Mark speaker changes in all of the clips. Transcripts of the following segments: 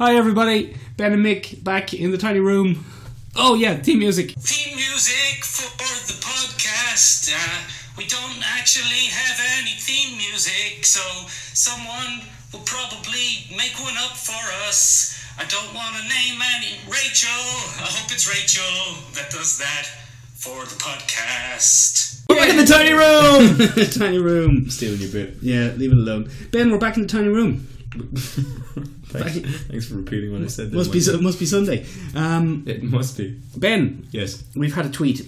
Speaker 1: Hi everybody, Ben and Mick back in the tiny room. Oh yeah, team music.
Speaker 2: Theme music for the podcast. Uh, we don't actually have any theme music, so someone will probably make one up for us. I don't want to name any. Rachel. I hope it's Rachel that does that for the podcast.
Speaker 1: We're back in the tiny room. tiny room.
Speaker 3: Stealing your bit.
Speaker 1: Yeah, leave it alone. Ben, we're back in the tiny room.
Speaker 3: thanks, thanks for repeating what I said. there,
Speaker 1: Must be
Speaker 3: Michael.
Speaker 1: it must be Sunday. Um,
Speaker 3: It must be.
Speaker 1: ben,
Speaker 3: Yes.
Speaker 1: we've had a tweet.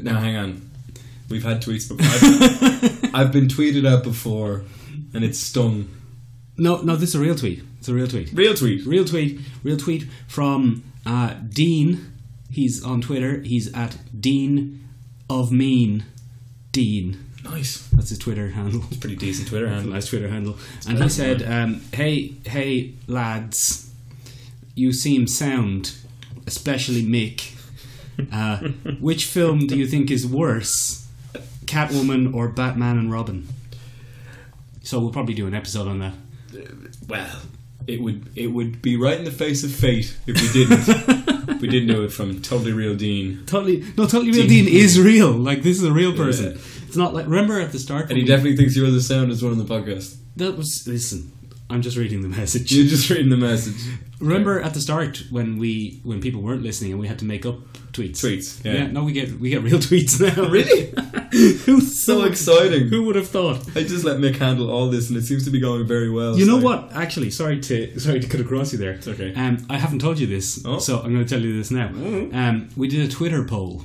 Speaker 3: Now hang on. We've had tweets before. I've, I've been tweeted at before, and it's stung.
Speaker 1: No, no, this is a real tweet. It's a real tweet.
Speaker 3: Real tweet.
Speaker 1: Real tweet. Real tweet from uh, Dean. He's on Twitter. He's at Dean of Mean. Dean.
Speaker 3: Nice.
Speaker 1: That's his Twitter handle.
Speaker 3: Pretty decent Twitter
Speaker 1: That's a
Speaker 3: handle.
Speaker 1: nice Twitter handle. And he said, um, "Hey, hey, lads, you seem sound, especially Mick. Uh, which film do you think is worse, Catwoman or Batman and Robin?" So we'll probably do an episode on that.
Speaker 3: Well, it would it would be right in the face of fate if we didn't. if we didn't know it from totally real Dean,
Speaker 1: Totally, no, totally real.
Speaker 3: Dean.
Speaker 1: Dean is real. Like this is a real person.
Speaker 3: Yeah.
Speaker 1: It's not like remember at the start.
Speaker 3: and he definitely thinks you're the sound as one on the podcast.
Speaker 1: that was listen. I'm just reading the message.
Speaker 3: You're just reading the message.
Speaker 1: Remember at the start when we when people weren't listening and we had to make up tweets.
Speaker 3: Tweets,
Speaker 1: Yeah.
Speaker 3: yeah.
Speaker 1: no, we get we get real tweets now.
Speaker 3: Really?
Speaker 1: Who's
Speaker 3: So exciting.
Speaker 1: Who would have thought?
Speaker 3: I just let Mick handle all this, and it seems to be going very well.
Speaker 1: You know
Speaker 3: so-
Speaker 1: what? Actually, sorry to sorry to cut across you there. It's
Speaker 3: okay.
Speaker 1: Um, I haven't told you this,
Speaker 3: Oh. Mm-hmm.
Speaker 1: so I'm going to tell you this now. Um, we did a Twitter poll.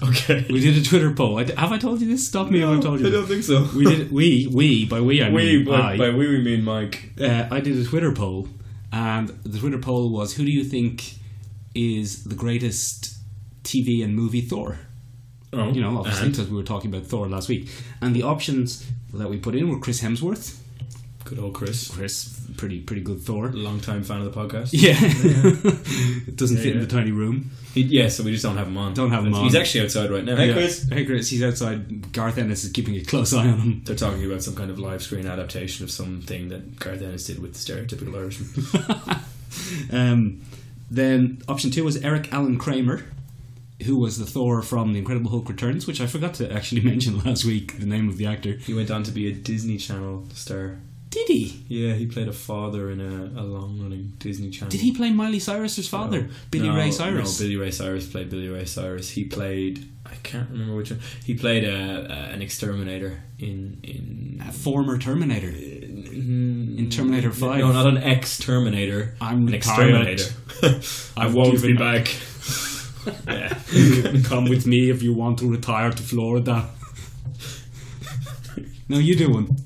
Speaker 3: Okay.
Speaker 1: We did a Twitter poll. I d have I told you this? Stop me if I've told you.
Speaker 3: I
Speaker 1: this.
Speaker 3: don't think so.
Speaker 1: We did we we by we I
Speaker 3: We,
Speaker 1: mean
Speaker 3: by,
Speaker 1: I.
Speaker 3: by we, we mean Mike.
Speaker 1: uh, I did a Twitter poll, and the Twitter poll was who do you think is the greatest TV and movie Thor?
Speaker 3: Oh,
Speaker 1: You know, obviously, because we were talking about Thor last week. And the options that we put in were Chris Hemsworth.
Speaker 3: good old Chris,
Speaker 1: Chris, pretty pretty good Thor.
Speaker 3: long time fan of the podcast.
Speaker 1: Yeah. it doesn't fit in
Speaker 3: yeah.
Speaker 1: the tiny room.
Speaker 3: He, yeah, so we just don't have him on.
Speaker 1: Don't have him on.
Speaker 3: He's actually outside right now. Hey,
Speaker 1: Yeah.
Speaker 3: Chris.
Speaker 1: Hey, Chris. He's outside. Garth Ennis is keeping a close eye on him.
Speaker 3: They're talking about some kind of live screen adaptation of something that Garth Ennis did with stereotypical Irishman.
Speaker 1: Um, then option two was Eric Allen Kramer, who was the Thor from The Incredible Hulk Returns, which I forgot to actually mention last week, the name of the actor.
Speaker 3: he went on to be a Disney Channel star.
Speaker 1: Did he?
Speaker 3: Yeah, he played a father in a, a long running Disney Channel.
Speaker 1: Did he play Miley Cyrus's father,
Speaker 3: No.
Speaker 1: Billy
Speaker 3: No,
Speaker 1: Ray Cyrus?
Speaker 3: No, Billy Ray Cyrus played Billy Ray Cyrus. He played. I can't remember which one. He played uh uh an exterminator in in
Speaker 1: a former Terminator.
Speaker 3: in
Speaker 1: Terminator 5.
Speaker 3: Mm-hmm. No, not an ex Terminator.
Speaker 1: I'm
Speaker 3: an
Speaker 1: retired.
Speaker 3: exterminator. I won't be
Speaker 1: given up.
Speaker 3: back. yeah.
Speaker 1: Come with me if you want to retire to Florida. no, you do one.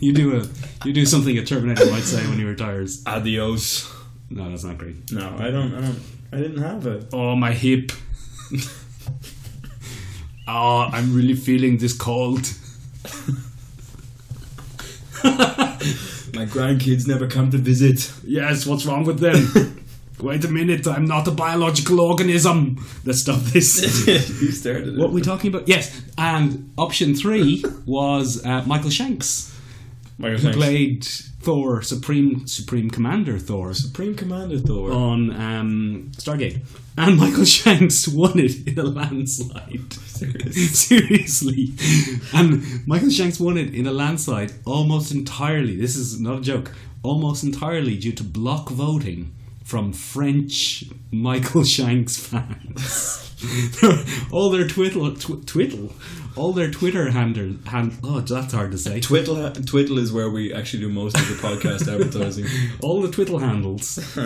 Speaker 1: You do a you do something a Terminator might say when he retires.
Speaker 3: Adios.
Speaker 1: No, that's not great.
Speaker 3: No, I don't. I don't. I didn't have it.
Speaker 1: Oh, my hip. oh, I'm really feeling this cold.
Speaker 3: My grandkids never come to visit.
Speaker 1: Yes, what's wrong with them? Wait a minute, I'm not a biological organism. Let's stop this.
Speaker 3: you stared at
Speaker 1: what
Speaker 3: it.
Speaker 1: were we talking about? Yes, and option three was uh, Michael Shanks,
Speaker 3: Michael
Speaker 1: who
Speaker 3: Shanks.
Speaker 1: played Thor, Supreme Supreme Commander Thor.
Speaker 3: Supreme Commander Thor.
Speaker 1: on um, Stargate, and Michael Shanks won it in a landslide. Seriously, and Michael Shanks won it in a landslide almost entirely. This is not a joke. Almost entirely due to block voting from French Michael Shanks fans. all their twiddle, tw- twiddle, all their Twitter handle, hand, oh, that's hard to say.
Speaker 3: Twiddle, twiddle is where we actually do most of the podcast advertising.
Speaker 1: all the twiddle handles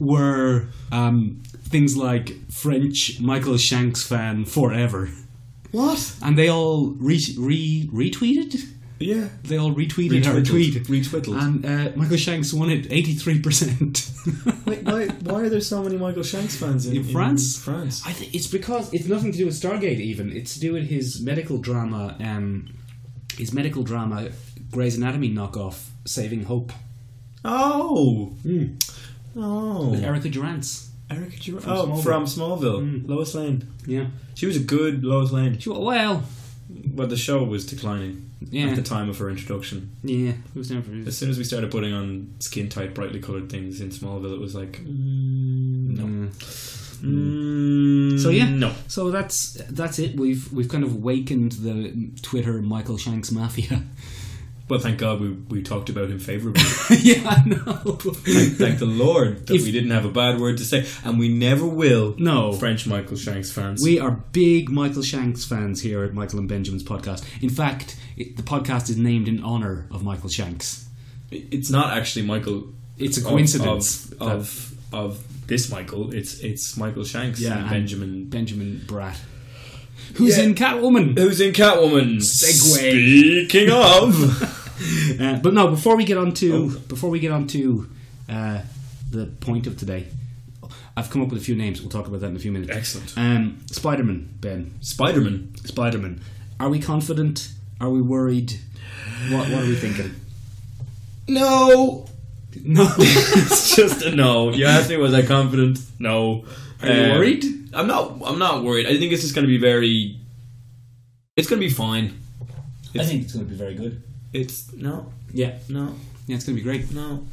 Speaker 1: were um, things like French Michael Shanks fan forever,
Speaker 3: What?
Speaker 1: and they all re, re retweeted.
Speaker 3: Yeah.
Speaker 1: They all retweeted her tweet,
Speaker 3: Retweeted. Retweeted.
Speaker 1: and uh, Michael Shanks won it eighty three percent.
Speaker 3: Wait, why, why are there so many Michael Shanks fans in,
Speaker 1: In France?
Speaker 3: France.
Speaker 1: I think it's because it's nothing to do with Stargate. Even it's to do with his medical drama. Um, his medical drama, Grey's Anatomy knockoff, Saving Hope.
Speaker 3: Oh.
Speaker 1: With
Speaker 3: Oh.
Speaker 1: Erica Durance.
Speaker 3: Erica Dur-
Speaker 1: Smallville.
Speaker 3: Hmm. Oh, from Smallville. Lois Lane.
Speaker 1: Yeah.
Speaker 3: She was a good Lois Lane.
Speaker 1: She, well,
Speaker 3: Well, the show was declining
Speaker 1: Yeah,
Speaker 3: at the time of her introduction.
Speaker 1: yeah. It was never.
Speaker 3: As soon as we started putting on skin tight, brightly coloured things in Smallville, it was like, mm, no.
Speaker 1: Mm.
Speaker 3: Mm,
Speaker 1: So, yeah.
Speaker 3: no.
Speaker 1: So that's that's it. We've we've kind of wakened the Twitter Michael Shanks mafia.
Speaker 3: Well, thank God we, we talked about him favourably.
Speaker 1: yeah, I know.
Speaker 3: thank the Lord that
Speaker 1: If-
Speaker 3: we didn't have a bad word to say, and we never will.
Speaker 1: No.
Speaker 3: French Michael Shanks fans.
Speaker 1: We are big Michael Shanks fans here at Michael and Benjamin's podcast. In fact, it, the podcast is named in honor of Michael Shanks.
Speaker 3: it's not actually Michael.
Speaker 1: It's a
Speaker 3: of-
Speaker 1: coincidence
Speaker 3: of of, of this Michael. It's it's Michael Shanks
Speaker 1: Yeah,
Speaker 3: and
Speaker 1: and-
Speaker 3: Benjamin.
Speaker 1: Benjamin Bratt, who's
Speaker 3: Yeah. Uh,
Speaker 1: in Catwoman.
Speaker 3: Who's in Catwoman?
Speaker 1: Segue.
Speaker 3: Speaking of,
Speaker 1: Uh, but no, before we get on to
Speaker 3: Oh.
Speaker 1: before we get on to uh, the point of today, I've come up with a few names. We'll talk about that in a few minutes.
Speaker 3: Excellent.
Speaker 1: Um, Spider Man, Ben.
Speaker 3: Spider-Man.
Speaker 1: Spider Man. Are we confident? Are we worried? What What are we thinking?
Speaker 3: No,
Speaker 1: No.
Speaker 3: it's just a no. You asked me, was I confident? No.
Speaker 1: Are you worried?
Speaker 3: I'm not. I'm not worried. I think it's just going to be very. It's going to be fine.
Speaker 1: I think it's going to be very good.
Speaker 3: It's no,
Speaker 1: Yeah.
Speaker 3: no,
Speaker 1: Yeah, it's going to be great.
Speaker 3: no.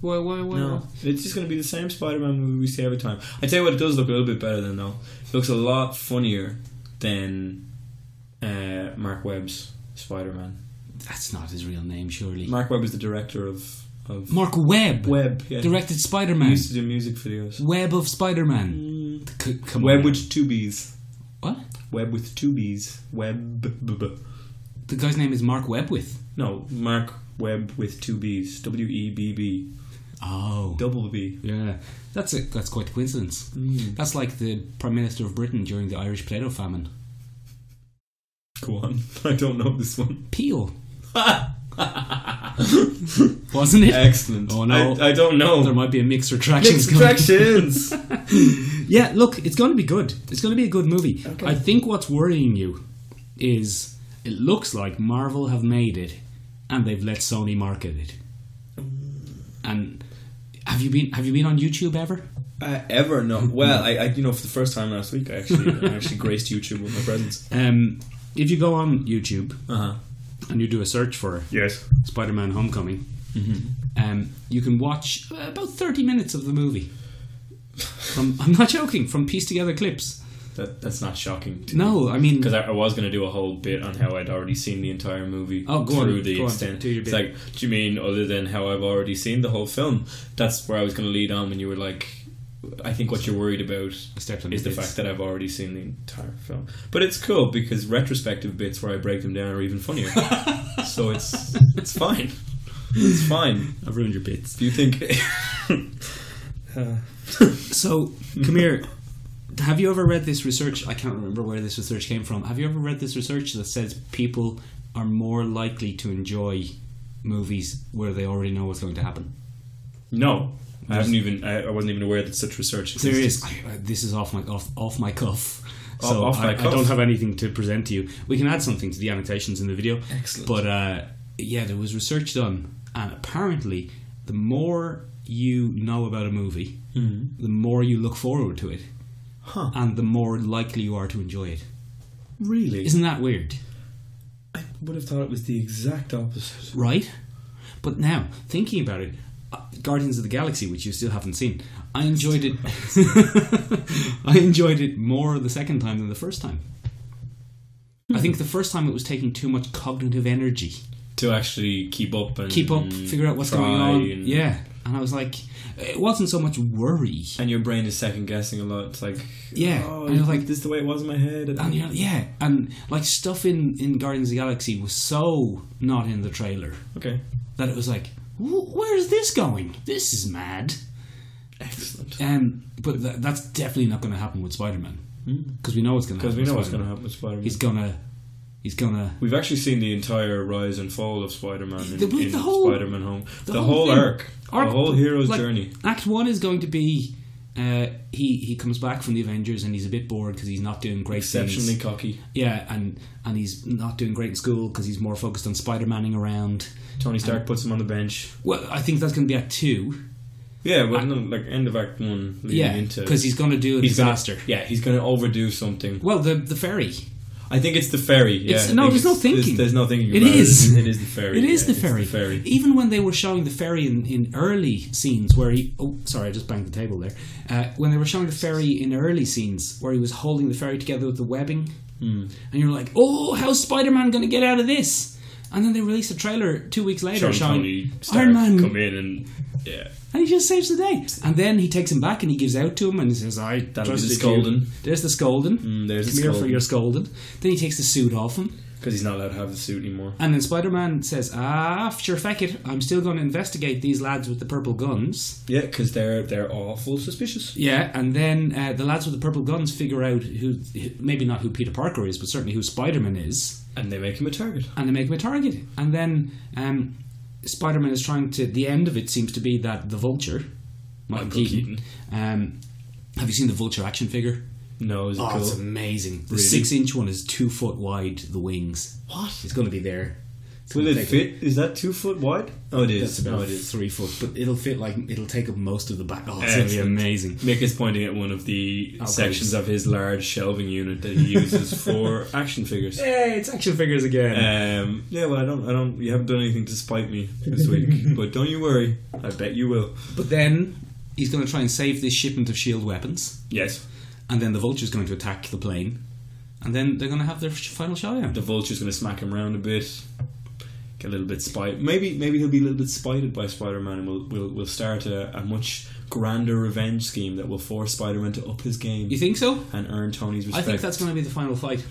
Speaker 1: Why? Why? Why?
Speaker 3: No, it's just going to be the same Spider-Man movie we see every time. I tell you what, it does look a little bit better than though. It looks a lot funnier than uh, Mark Webb's Spider-Man.
Speaker 1: That's not his real name, surely.
Speaker 3: Mark Webb is the director of of
Speaker 1: Mark Webb
Speaker 3: Webb. Yeah.
Speaker 1: directed Spider
Speaker 3: He
Speaker 1: Man.
Speaker 3: used to do music videos.
Speaker 1: Web of Spider Man. Come
Speaker 3: Web
Speaker 1: on.
Speaker 3: with two B's.
Speaker 1: what?
Speaker 3: Web with two B's. Web. b- b- b-
Speaker 1: The guy's name is Mark Webwith.
Speaker 3: No, Mark Webb with two B's. W E B B.
Speaker 1: Oh. Mm.
Speaker 3: Double B.
Speaker 1: Yeah, that's it. That's quite a coincidence. That's like the Prime Minister of Britain during the Irish Potato Famine.
Speaker 3: Go on. I don't know this one.
Speaker 1: Peel. Wasn't it?
Speaker 3: Excellent.
Speaker 1: Oh, no.
Speaker 3: I, I don't
Speaker 1: there
Speaker 3: know.
Speaker 1: might be a mix of attractions coming.
Speaker 3: Distractions.
Speaker 1: Yeah, look, it's going to be good. It's going to be a good movie.
Speaker 3: Okay.
Speaker 1: I think what's worrying you is it looks like Marvel have made it and they've let Sony market it. And have you been have you been on YouTube ever?
Speaker 3: Uh, ever no? Well, I, I you know for the first time last week I actually I actually graced YouTube with my presence.
Speaker 1: Um, if you go on YouTube
Speaker 3: Uh huh.
Speaker 1: and you do a search for
Speaker 3: Yes.
Speaker 1: Spider-Man: Homecoming, um, you can watch about thirty minutes of the movie. From, I'm not joking. From pieced together clips.
Speaker 3: That, that's not shocking. To
Speaker 1: No, I mean,
Speaker 3: Because I, I was going to do a whole bit on how I'd already seen the entire movie
Speaker 1: Oh, go on,
Speaker 3: through the
Speaker 1: go on,
Speaker 3: extent.
Speaker 1: do your
Speaker 3: It's
Speaker 1: bit.
Speaker 3: like, do you mean other than how I've already seen the whole film? That's where I was going to lead on when you were like, I think what you're worried about
Speaker 1: I stepped on
Speaker 3: is the
Speaker 1: bits.
Speaker 3: fact that I've already seen the entire film. But it's cool because retrospective bits where I break them down are even funnier. so it's it's fine. It's fine.
Speaker 1: I've ruined your bits.
Speaker 3: Do you think?
Speaker 1: So, come here. Have you ever read this research? I can't remember where this research came from. Have you ever read this research that says people are more likely to enjoy movies where they already know what's going to happen?
Speaker 3: no, I haven't even. I, I wasn't even aware that such research existed.
Speaker 1: Serious. I, I, this is off my off off my cuff. So
Speaker 3: off my
Speaker 1: I, I
Speaker 3: cuff.
Speaker 1: don't have anything to present to you. We can add something to the annotations in the video.
Speaker 3: Excellent.
Speaker 1: But uh, yeah, there was research done, and apparently, the more you know about a movie,
Speaker 3: Mm-hmm.
Speaker 1: the more you look forward to it,
Speaker 3: Huh.
Speaker 1: and the more likely you are to enjoy it.
Speaker 3: Really?
Speaker 1: Isn't that weird?
Speaker 3: I would have thought it was the exact opposite.
Speaker 1: Right? But now, thinking about it, uh, Guardians of the Galaxy, which you still haven't seen, I enjoyed it. I enjoyed it more the second time than the first time. I think the first time it was taking too much cognitive energy.
Speaker 3: To actually keep up and
Speaker 1: Keep up, figure out what's
Speaker 3: try
Speaker 1: going on.
Speaker 3: and-
Speaker 1: Yeah. And I was like, it wasn't so much worry.
Speaker 3: And your brain is second guessing a lot. It's like
Speaker 1: Yeah,
Speaker 3: oh,
Speaker 1: and you're like-
Speaker 3: this is the way it was in my head.
Speaker 1: And you know, yeah, and like stuff in, in Guardians of the Galaxy was so not in the trailer.
Speaker 3: okay,
Speaker 1: that it was like, "Wh- where is this going? This is mad.
Speaker 3: excellent.
Speaker 1: Um, but tha that's definitely not going to happen with Spider Man because we know what's going to happen.
Speaker 3: Because Hmm. we know what's going
Speaker 1: Spider-Man.
Speaker 3: to happen with Spider-Man.
Speaker 1: He's gonna, he's gonna.
Speaker 3: We've actually seen the entire rise and fall of Spider-Man in,
Speaker 1: The- the
Speaker 3: in
Speaker 1: whole-
Speaker 3: Spider-Man Home. The,
Speaker 1: whole
Speaker 3: whole,
Speaker 1: thing.
Speaker 3: arc,
Speaker 1: Arc-
Speaker 3: the whole hero's
Speaker 1: like,
Speaker 3: journey.
Speaker 1: Act one is going to be. Uh, he he comes back from the Avengers and he's a bit bored because he's not doing great
Speaker 3: Exceptionally
Speaker 1: things.
Speaker 3: cocky.
Speaker 1: Yeah, and and he's not doing great in school because he's more focused on Spider Manning around.
Speaker 3: Tony Stark puts him on the bench.
Speaker 1: Well, I think that's going to be Act two.
Speaker 3: Yeah, but no, like end of Act One, leading
Speaker 1: Yeah,
Speaker 3: into
Speaker 1: because he's going to do a
Speaker 3: he's gonna-
Speaker 1: disaster.
Speaker 3: yeah, he's going to overdo something.
Speaker 1: Well, the the ferry.
Speaker 3: I think it's the ferry. Yeah,
Speaker 1: It's-
Speaker 3: I
Speaker 1: no,
Speaker 3: think
Speaker 1: there's no thinking.
Speaker 3: There's, there's no thinking.
Speaker 1: It
Speaker 3: about
Speaker 1: is.
Speaker 3: It. It is the ferry.
Speaker 1: It is
Speaker 3: yeah,
Speaker 1: the,
Speaker 3: it's
Speaker 1: ferry. Even when they were showing the ferry in, in early scenes where he. Oh, sorry, I just banged the table there. Uh, when they were showing the ferry in early scenes where he was holding the ferry together with the webbing,
Speaker 3: Hmm.
Speaker 1: and you're like, oh, how's Spider Man going to get out of this? And then they released a trailer two weeks later
Speaker 3: Sean
Speaker 1: showing
Speaker 3: Connery Stark
Speaker 1: Iron Man,
Speaker 3: come in and yeah.
Speaker 1: and he just saves the day. And then he takes him back and he gives out to him and he says, "I
Speaker 3: That'll be
Speaker 1: trusted
Speaker 3: the
Speaker 1: you."
Speaker 3: scolding.
Speaker 1: There's the scolding.
Speaker 3: Mm, there's the
Speaker 1: Come here for
Speaker 3: scolding.
Speaker 1: your scolding." Then he takes the suit off him.
Speaker 3: Because he's not allowed to have the suit anymore.
Speaker 1: And then Spider Man says, Ah, sure, feck it. I'm still going to investigate these lads with the purple guns.
Speaker 3: Yeah, because they're they're awful suspicious.
Speaker 1: Yeah, and then uh, the lads with the purple guns figure out who, maybe not who Peter Parker is, but certainly who Spider Man is,
Speaker 3: And they make him a target.
Speaker 1: and they make him a target. And then um, Spider Man is trying to. The end of it seems to be that the vulture, Michael
Speaker 3: Michael
Speaker 1: Keaton. Um, have you seen the vulture action figure?
Speaker 3: No, is it
Speaker 1: Oh,
Speaker 3: cool?
Speaker 1: it's amazing. The
Speaker 3: Really?
Speaker 1: six inch one is two foot wide, the wings.
Speaker 3: What?
Speaker 1: It's going to be there. It's
Speaker 3: Will
Speaker 1: gonna
Speaker 3: it
Speaker 1: take-
Speaker 3: fit? Is that two foot wide? Oh, it
Speaker 1: It's
Speaker 3: is.
Speaker 1: about
Speaker 3: No, it is.
Speaker 1: three foot, but it'll fit like it'll take up most of the back. Oh, it's gonna be
Speaker 3: Excellent.
Speaker 1: amazing.
Speaker 3: Mick is pointing at one of the
Speaker 1: Oh,
Speaker 3: sections
Speaker 1: God.
Speaker 3: of his large shelving unit that he uses for action figures.
Speaker 1: Hey, it's action figures again.
Speaker 3: Um, yeah, well, I don't, I don't. You haven't done anything to spite me this week, but don't you worry. I bet you will.
Speaker 1: but then he's going to try and save this shipment of shield weapons,
Speaker 3: Yes,
Speaker 1: and then the vulture's going to attack the plane, and then they're going to have their sh- final showdown.
Speaker 3: the vulture's going to smack him around a bit, get a little bit spite. Maybe, maybe he'll be a little bit spited by Spider-Man, and we'll, we'll, we'll start a, a much grander revenge scheme that will force Spider-Man to up his game
Speaker 1: You think so?
Speaker 3: and earn
Speaker 1: I
Speaker 3: Tony's respect.
Speaker 1: think that's going to be the final fight.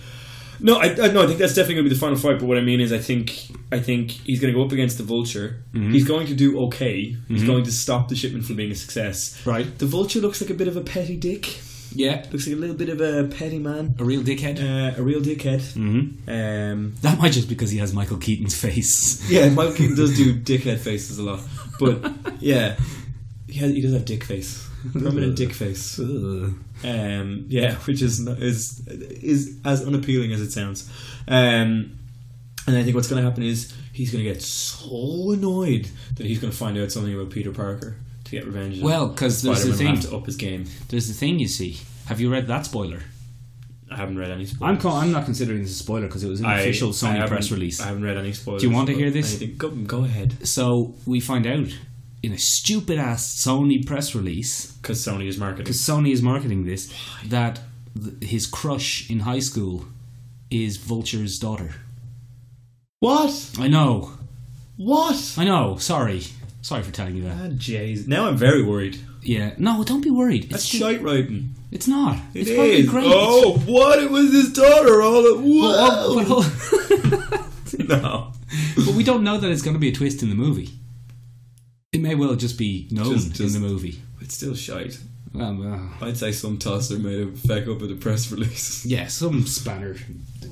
Speaker 3: No, I, I no, I think that's definitely going to be the final fight. But what I mean is, I think I think he's going to go up against the Vulture. He's going to do okay. He's going to stop the shipment from being a success.
Speaker 1: Right.
Speaker 3: The Vulture looks like a bit of a petty dick.
Speaker 1: Yeah,
Speaker 3: Looks like a little bit of a petty man,
Speaker 1: a real dickhead.
Speaker 3: uh, a real dickhead.
Speaker 1: Mm-hmm.
Speaker 3: Um,
Speaker 1: That might just because he has Michael Keaton's face.
Speaker 3: yeah, Michael Keaton does do dickhead faces a lot, but yeah, he, has, he does have dick face, permanent dick face.
Speaker 1: Ugh.
Speaker 3: Um, yeah, which is no- is is as unappealing as it sounds. Um, and I think what's going to happen is he's going to get so annoyed that he's going to find out something about Peter Parker to get revenge. on
Speaker 1: Well,
Speaker 3: him.
Speaker 1: 'cause there's the
Speaker 3: Spider-Man will
Speaker 1: thing.
Speaker 3: have to up his game.
Speaker 1: There's the thing you see. Have you read that spoiler?
Speaker 3: I haven't read any. Spoilers.
Speaker 1: I'm call- I'm not considering this a spoiler because it was an
Speaker 3: I-
Speaker 1: official
Speaker 3: I
Speaker 1: Sony
Speaker 3: haven't-
Speaker 1: press release.
Speaker 3: I haven't read any spoilers.
Speaker 1: Do you want to
Speaker 3: but
Speaker 1: hear this?
Speaker 3: I think- go, go ahead,
Speaker 1: So we find out in a stupid ass Sony press release
Speaker 3: because Sony is marketing.
Speaker 1: because Sony is marketing this that th- his crush in high school is Vulture's daughter.
Speaker 3: What?
Speaker 1: I know,
Speaker 3: What?
Speaker 1: I know. Sorry, sorry for telling you that.
Speaker 3: Ah, jeez. Now I'm very worried.
Speaker 1: Yeah, no, don't be worried. It's
Speaker 3: That's
Speaker 1: ju-
Speaker 3: shite writing.
Speaker 1: it's not.
Speaker 3: It
Speaker 1: it's fucking
Speaker 3: is.
Speaker 1: great.
Speaker 3: Oh, what? It was his daughter all at
Speaker 1: But-
Speaker 3: once.
Speaker 1: but, but-
Speaker 3: No.
Speaker 1: but we don't know that it's going to be a twist in the movie. It may well just be known
Speaker 3: Just- just-
Speaker 1: in the movie.
Speaker 3: It's still shite.
Speaker 1: Um, uh,
Speaker 3: I'd say some tosser made a feck up at the press release.
Speaker 1: yeah, some spanner.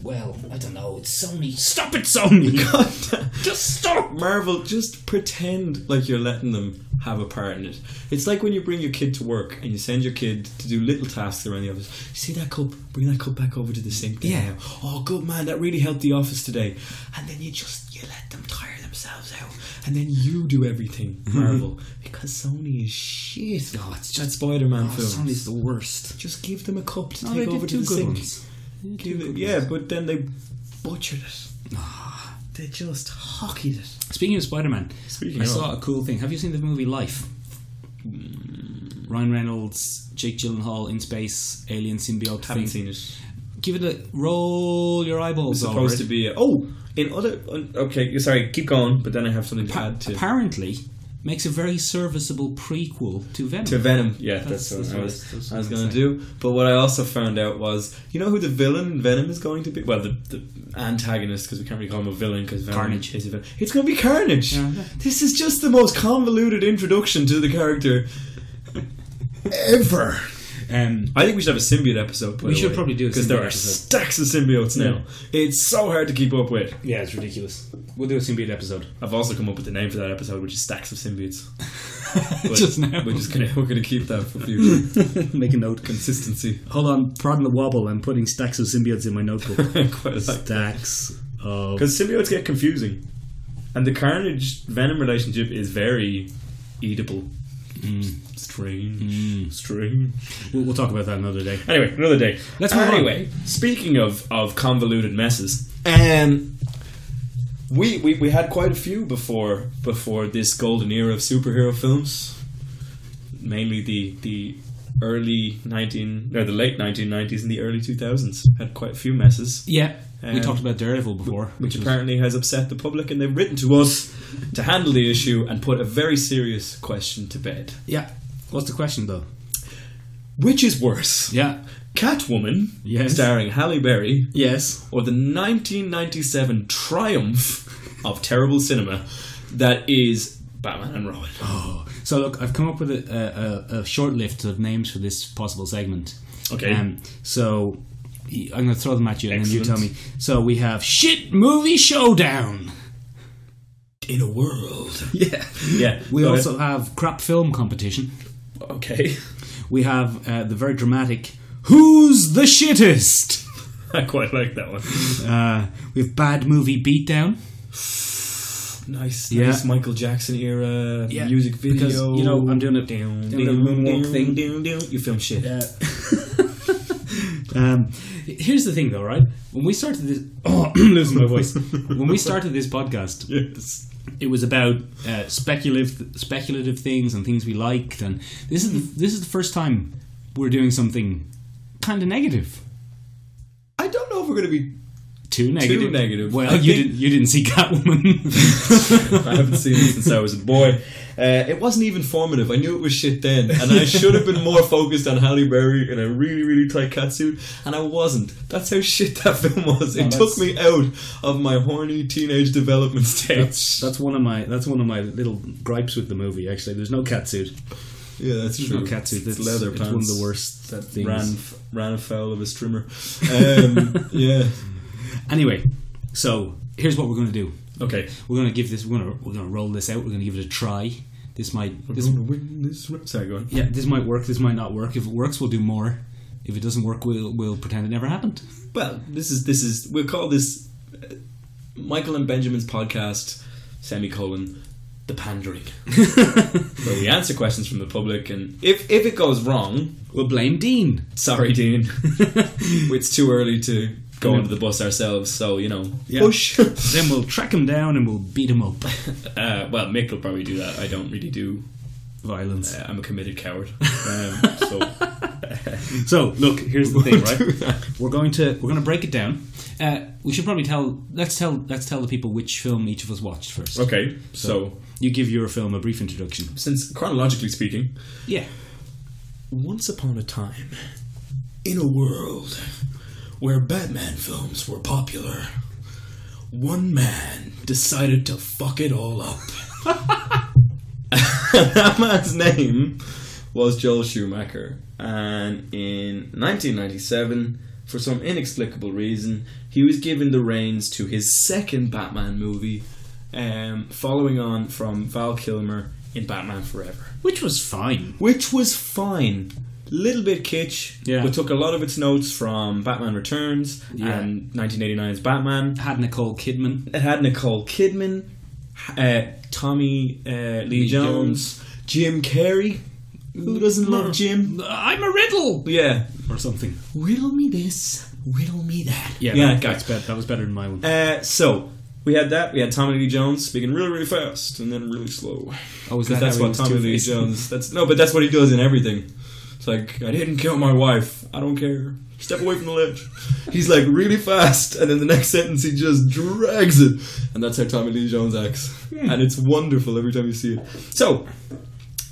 Speaker 1: Well, I don't know. It's Sony. Stop it, Sony.
Speaker 3: God damn.
Speaker 1: Just stop.
Speaker 3: Marvel, just pretend like you're letting them have a part in it. It's like when you bring your kid to work and you send your kid to do little tasks around the office. You see that cup? Bring that cup back over to the sink. There.
Speaker 1: Yeah.
Speaker 3: Oh, good man, that really helped the office today. And then you just you let them tire themselves out, and then you do everything, Marvel, because Sony is shit.
Speaker 1: Oh, Mm-hmm. it's
Speaker 3: That
Speaker 1: just
Speaker 3: Spider-Man film.
Speaker 1: Sony's the worst.
Speaker 3: Just give them a cup to
Speaker 1: No, Oh, they
Speaker 3: take over
Speaker 1: did
Speaker 3: to
Speaker 1: two
Speaker 3: the
Speaker 1: good
Speaker 3: sink.
Speaker 1: ones. They did two good
Speaker 3: yeah,
Speaker 1: ones.
Speaker 3: but then they butchered it. they just hockeyed it.
Speaker 1: Speaking of Spider Man,
Speaker 3: Speaking
Speaker 1: I
Speaker 3: of-
Speaker 1: saw a cool thing. Have you seen the movie Life? Ryan Reynolds, Jake Gyllenhaal in space, alien symbiote
Speaker 3: Haven't
Speaker 1: thing.
Speaker 3: seen it.
Speaker 1: Give it a roll your eyeballs
Speaker 3: It's
Speaker 1: over
Speaker 3: supposed
Speaker 1: it.
Speaker 3: to be a, oh in other on- okay. Sorry, keep going. But then I have something to add to
Speaker 1: Apparently, makes a very serviceable prequel to Venom.
Speaker 3: to Venom. Yeah,
Speaker 1: That's-
Speaker 3: that's,
Speaker 1: that's
Speaker 3: what
Speaker 1: what
Speaker 3: I
Speaker 1: I- that's
Speaker 3: was,
Speaker 1: what
Speaker 3: I was
Speaker 1: I'm
Speaker 3: going to do. But what I also found out was, you know who the villain in Venom is going to be? Well, the, the antagonist, because we can't really call him a villain, because Venom
Speaker 1: Carnage.
Speaker 3: is a villain. It's going to be Carnage.
Speaker 1: Yeah.
Speaker 3: This is just the most convoluted introduction to the character ever.
Speaker 1: um,
Speaker 3: I think we should have a symbiote episode.
Speaker 1: We should probably do a
Speaker 3: because there
Speaker 1: symbiote
Speaker 3: are
Speaker 1: episode.
Speaker 3: stacks of symbiotes now. It's so hard to keep up with.
Speaker 1: yeah, it's ridiculous. We'll do a symbiote episode.
Speaker 3: I've also come up with the name for that episode, which is stacks of symbiotes. But
Speaker 1: Just now.
Speaker 3: we're just gonna we're gonna keep that for future
Speaker 1: Make a note.
Speaker 3: consistency.
Speaker 1: Hold on, prodding the wobble. I'm putting stacks of symbiotes in my notebook.
Speaker 3: Quite like
Speaker 1: stacks of.
Speaker 3: because symbiotes get confusing, and the Carnage Venom relationship is very eatable.
Speaker 1: Mm.
Speaker 3: Strange. Strange.
Speaker 1: We'll, we'll talk about that another day.
Speaker 3: Anyway, another day.
Speaker 1: Let's move on.
Speaker 3: anyway, speaking of, of convoluted messes, um, we, we we had quite a few before before this golden era of superhero films, mainly the the early nineteen or the late nineteen nineties and the early two thousands had quite a few messes.
Speaker 1: Yeah, we
Speaker 3: Um,
Speaker 1: talked about Daredevil before,
Speaker 3: Which
Speaker 1: was-
Speaker 3: apparently has upset the public, and they've written to us to handle the issue and put a very serious question to bed.
Speaker 1: yeah. What's the question though?
Speaker 3: Which is worse,
Speaker 1: Yeah.
Speaker 3: Catwoman,
Speaker 1: Yes.
Speaker 3: starring Halle Berry,
Speaker 1: Yes.
Speaker 3: or the 1997 triumph of terrible cinema that is Batman and Robin.
Speaker 1: Oh. So look, I've come up with a, a, a- a short list of names for this possible segment.
Speaker 3: Okay.
Speaker 1: Um, so y- I'm going to throw them at you, and then you tell
Speaker 3: Excellent.
Speaker 1: me. So we have shit movie showdown.
Speaker 3: In a world.
Speaker 1: Yeah.
Speaker 3: Yeah.
Speaker 1: We
Speaker 3: go
Speaker 1: also have crap film competition.
Speaker 3: ahead. Okay.
Speaker 1: We have uh, the very dramatic who's the shittest.
Speaker 3: I quite like that one.
Speaker 1: Uh, we have bad movie beatdown.
Speaker 3: Nice,
Speaker 1: Yeah.
Speaker 3: nice Michael Jackson era
Speaker 1: Yeah,
Speaker 3: music video.
Speaker 1: because, you know, I'm doing a-
Speaker 3: down,
Speaker 1: doing a moonwalk thing.
Speaker 3: You film shit.
Speaker 1: Uh, um, here's the thing, though, right? When we started this, oh, I'm losing my voice. When we started this podcast,
Speaker 3: Yes.
Speaker 1: it was about uh, speculative, speculative things and things we liked, and this is the, this is the first time we're doing something kind of negative.
Speaker 3: I don't know if we're going to be.
Speaker 1: Too negative.
Speaker 3: negative.
Speaker 1: Well,
Speaker 3: I
Speaker 1: you
Speaker 3: think-
Speaker 1: didn't. You didn't see Catwoman.
Speaker 3: I haven't seen it since I was a boy. Uh, it wasn't even formative. I knew it was shit then, and I should have been more focused on Halle Berry in a really, really tight catsuit, and I wasn't. That's how shit that film was. It
Speaker 1: No,
Speaker 3: took
Speaker 1: Oh, that's-
Speaker 3: me out of my horny teenage development stage.
Speaker 1: That's one of my. That's one of my little gripes with the movie. Actually, there's no catsuit.
Speaker 3: yeah, that's
Speaker 1: There's
Speaker 3: true.
Speaker 1: no catsuit. It's,
Speaker 3: It's leather
Speaker 1: it's
Speaker 3: pants.
Speaker 1: one of the worst things.
Speaker 3: Ran, ran afoul of a streamer. Um, yeah.
Speaker 1: Anyway, so here's what we're going to do.
Speaker 3: Okay.
Speaker 1: We're going to give this. We're going to we're going to roll this out. We're going to give it a try. This might. This,
Speaker 3: Gonna win this ra- Sorry, go on.
Speaker 1: yeah, this might work. This might not work. If it works, we'll do more. If it doesn't work, we'll we'll pretend it never happened.
Speaker 3: Well, this is this is we'll call this uh, Michael and Benjamin's podcast semicolon the pandering, where we answer questions from the public, and if if it goes wrong,
Speaker 1: We'll blame Dean.
Speaker 3: sorry, Dean, it's too early to go under the bus ourselves. So you know,
Speaker 1: Yeah.
Speaker 3: push.
Speaker 1: Then we'll track him down and we'll beat him up.
Speaker 3: uh, well, Mick will probably do that. I don't really do.
Speaker 1: Violence.
Speaker 3: Uh, I'm a committed coward. Um, so
Speaker 1: So look, here's the thing,
Speaker 3: We'll do
Speaker 1: right?
Speaker 3: that.
Speaker 1: We're going to we're going to break it down. Uh, we should probably tell let's tell let's tell the people which film each of us watched first.
Speaker 3: okay, so
Speaker 1: You give your film a brief introduction.
Speaker 3: since chronologically speaking,
Speaker 1: Yeah.
Speaker 3: Once upon a time, in a world where Batman films were popular, one man decided to fuck it all up. that man's name was Joel Schumacher, and in 1997, for some inexplicable reason, he was given the reins to his second Batman movie, um, following on from Val Kilmer in Batman Forever
Speaker 1: Which was fine.
Speaker 3: which was fine. Little bit kitsch.
Speaker 1: Yeah.
Speaker 3: We took a lot of its notes from Batman Returns
Speaker 1: Yeah.
Speaker 3: and 1989's Batman.
Speaker 1: Had Nicole Kidman.
Speaker 3: It had Nicole Kidman, uh, Tommy uh, Lee, Jones, Mm-hmm. Jim Carrey. Who doesn't love Jim?
Speaker 1: I'm a riddle
Speaker 3: Yeah.
Speaker 1: or something.
Speaker 3: Riddle me this, riddle me that. Yeah,
Speaker 1: that,
Speaker 3: guys.
Speaker 1: that's bet- that was better than my one.
Speaker 3: Uh, so we had that. We had Tommy Lee Jones speaking really, really fast and then really slow.
Speaker 1: Oh, was
Speaker 3: 'Cause
Speaker 1: that
Speaker 3: that's
Speaker 1: how he
Speaker 3: what
Speaker 1: was
Speaker 3: Tommy Lee
Speaker 1: Two-Face?
Speaker 3: Jones. That's no, but that's what he does in everything. It's like I didn't kill my wife. I don't care. Step away from the ledge. He's like really fast, and then the next sentence he just drags it, and that's how Tommy Lee Jones acts,
Speaker 1: Hmm.
Speaker 3: and it's wonderful every time you see it. So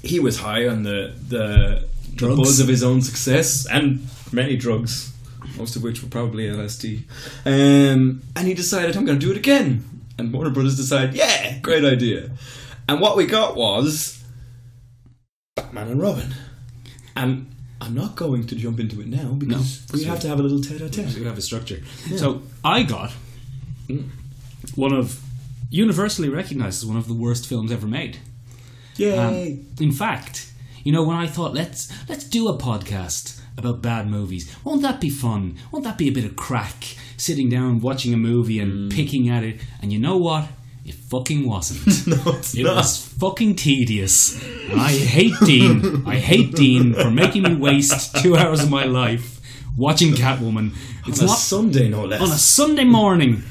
Speaker 3: he was high on the the, the
Speaker 1: Drugs.
Speaker 3: buzz of his own success and many drugs, most of which were probably LSD. Um, and he decided, I'm going to do it again. And Warner Brothers decided, yeah, great idea. And what we got was Batman and Robin. And I'm not going to jump into it now because we have to have a little tete-a-tete.
Speaker 1: We have a structure. So I got Hmm. one of universally recognized as one of the worst films ever made. Um,
Speaker 3: Yay!
Speaker 1: in fact, you know when I thought let's let's do a podcast about bad movies. Won't that be fun?
Speaker 3: Mm.
Speaker 1: Won't that be a bit of crack? Sitting down watching a movie and picking at it. And you know what? It fucking wasn't.
Speaker 3: No, it's
Speaker 1: It
Speaker 3: not.
Speaker 1: was fucking tedious. And I hate Dean. I hate Dean for making me waste two hours of my life watching Catwoman. It's
Speaker 3: on a
Speaker 1: not
Speaker 3: Sunday, no less.
Speaker 1: on a Sunday morning,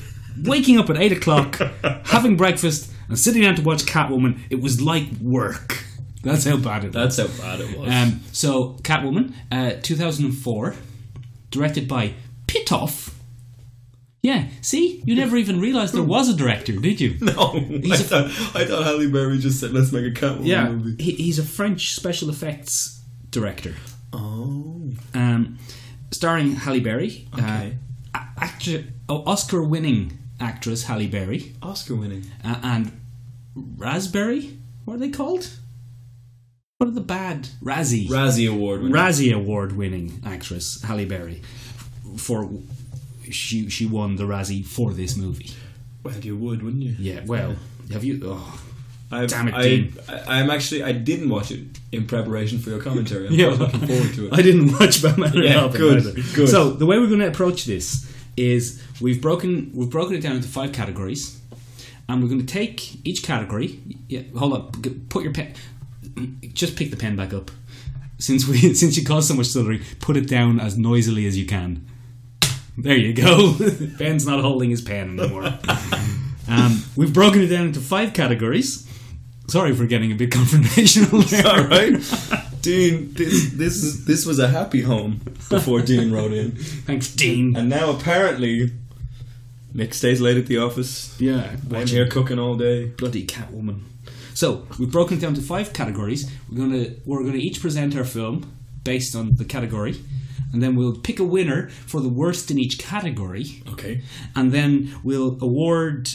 Speaker 1: waking up at eight o'clock, having breakfast, and sitting down to watch Catwoman. It was like work. That's how bad it was.
Speaker 3: That's how bad it was.
Speaker 1: Um, so, Catwoman, uh, 2004, directed by Pitoff. Yeah, see? You never even realised there was a director, did you?
Speaker 3: no, I, thought, I thought Halle Berry just said, "Let's make a Catwoman movie."
Speaker 1: He, he's a French special effects director.
Speaker 3: Oh,
Speaker 1: Um, starring Halle Berry.
Speaker 3: Okay.
Speaker 1: Uh, a- actor, oh, Oscar winning actress Halle Berry.
Speaker 3: Oscar winning.
Speaker 1: Uh, and Raspberry? What are they called? What are the bad? Razzie.
Speaker 3: Razzie Award winning.
Speaker 1: Razzie Award winning actress Halle Berry for she she won the Razzie for this movie.
Speaker 3: well, you would, wouldn't you?
Speaker 1: Yeah, well, have you oh
Speaker 3: I've,
Speaker 1: Damn it,
Speaker 3: I,
Speaker 1: Dean.
Speaker 3: I, am actually. I didn't watch it in preparation for your commentary. I'm quite looking forward to it.
Speaker 1: I didn't watch Batman and
Speaker 3: Yeah,
Speaker 1: Robin
Speaker 3: good,
Speaker 1: either.
Speaker 3: good.
Speaker 1: So, the way we're going to approach this is we've broken we've broken it down into five categories and we're going to take each category yeah, hold up g- put your pen just pick the pen back up since we since you caused so much stuttering put it down as noisily as you can There you go. Ben's not holding his pen anymore. um, we've broken it down into five categories. Sorry for getting a bit confrontational. There.
Speaker 3: All right, Dean. This this is this was a happy home before Dean wrote in,
Speaker 1: Thanks, Dean.
Speaker 3: and now apparently, Nick stays late at the office.
Speaker 1: Yeah,
Speaker 3: I'm
Speaker 1: watching
Speaker 3: here cooking all day.
Speaker 1: bloody Catwoman. So we've broken it down to five categories. We're gonna we're gonna each present our film based on the category, and then we'll pick a winner for the worst in each category.
Speaker 3: Okay.
Speaker 1: and then we'll award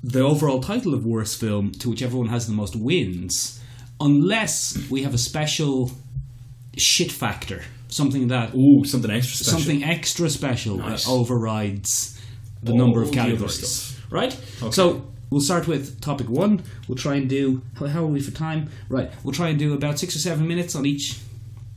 Speaker 1: the overall title of worst film to whichever one has the most wins, unless we have a special shit factor, something that
Speaker 3: Ooh, something extra special.
Speaker 1: something extra special
Speaker 3: Nice.
Speaker 1: that overrides the
Speaker 3: All
Speaker 1: number of
Speaker 3: the other
Speaker 1: categories.
Speaker 3: stuff.
Speaker 1: Right? So we'll start with topic one. We'll try and do how, how are we for time? Right. We'll try and do about six or seven minutes on each.